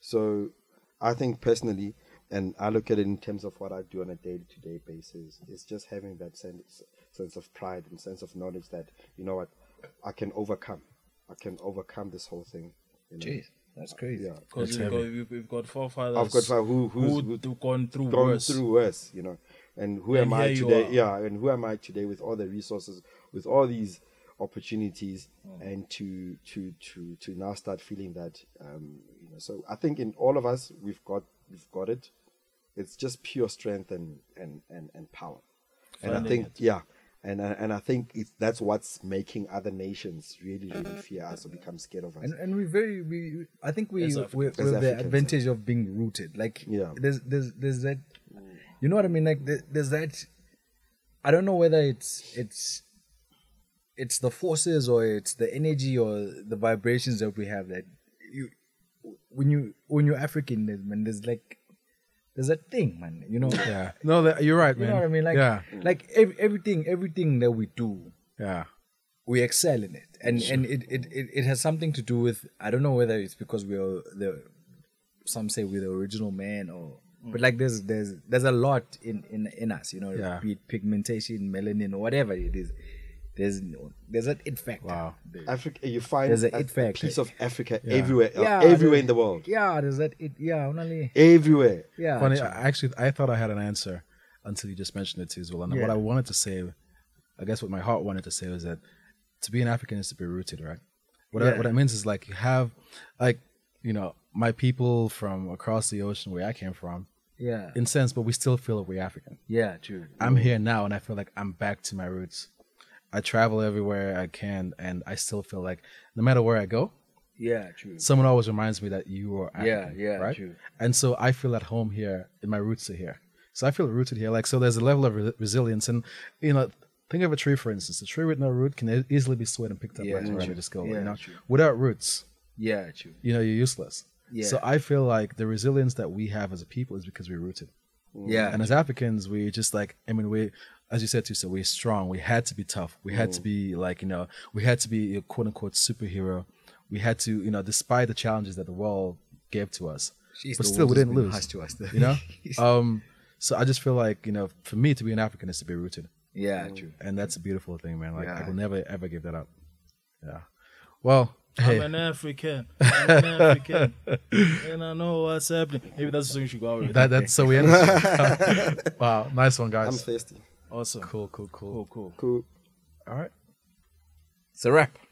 so I think personally, and I look at it in terms of what I do on a day-to-day basis, is just having that sense sense of pride and sense of knowledge that you know what I can overcome. I can overcome this whole thing. You know?
Jeez, that's crazy.
Yeah,
Because we've got, we've we've got forefathers.
I've got five uh, who who's,
who
who
d- gone through
gone
worse.
through worse, you know. And who
And
am I
here you
today?
are.
Yeah, and who am I today with all the resources, with all these opportunities,
Mm.
and to to to to now start feeling that, um, you know. So I think in all of us, we've got we've got it. It's just pure strength and and and, and power. and I
Finding
think yeah. And, I- and I think it's, that's what's making other nations really, really fear us or become scared of us.
And and we very we I think we
As
we're,
Africans.
we're
As
the
Africans,
advantage of being rooted. Like
Yeah.
there's there's there's that you know what I mean? Like there, there's that I don't know whether it's it's it's the forces or it's the energy or the vibrations that we have that you when you when you're African there's man there's like there's a thing man you know
Yeah. No, that, you're right,
you
man.
know what I mean like
yeah.
like ev- everything everything that we do
Yeah.
we excel in it and and it, it it it has something to do with i don't know whether it's because we're the some say we're the original man or
Mm.
but like there's there's there's a lot in in in us you know
Yeah.
be it pigmentation melanin or whatever it is there's no- there's an it factor
Wow.
Africa, you find
There's a
a,
it factor.
piece of Africa everywhere,
Yeah,
everywhere
there's-
in the world,
yeah there's that it yeah only
everywhere.
yeah
Funny, uh, I actually, I thought I had an answer until you just mentioned it too, as well. And what
Yeah.
I wanted to say, I guess what my heart wanted to say was that to be an African is to be rooted, right? What, I,
Yeah.
what it means is like you have, like, you know, my people from across the ocean where I came from,
yeah
in sense, but we still feel that we're African.
yeah true
I'm here now and I feel like I'm back to my roots. I travel everywhere I can and I still feel like no matter where I go,
Yeah, true.
Someone always reminds me that you are African,
yeah,
right?
true.
And so I feel at home here, and my roots are here. So I feel rooted here. Like so, there's a level of re- resilience, and you know, think of a tree, for instance. A tree with no root can e- easily be swayed and picked up
Yeah,
by a
true.
tornado to go.
Yeah,
you know,
true.
without roots,
Yeah, true.
you know, you're useless.
Yeah.
So I feel like the resilience that we have as a people is because we're rooted.
Yeah,
Mm. And as Africans, we just like, I mean, we, as you said too, so we're strong. We had to be tough. We had to
Mm.
be like, you know, we had to be a quote unquote superhero. We had to, you know, despite the challenges that the world gave to us,
Jeez,
but
the
still we
world has
didn't
been
lose.
harsh to us, though.
you know? um, so I just feel like, you know, for me to be an African is to be rooted.
yeah,
Mm.
true.
And that's a beautiful thing, man. Like,
Yeah.
I will never, ever give that up. Yeah. Well, hey,
I'm an African. I'm an African. and I know what's happening. Maybe that's the song you should go out with.
that, that's so we end. it. wow. Nice one,
I'm
guys.
thirsty.
awesome.
Cool, cool, cool.
cool.
Cool.
All right.
It's a wrap.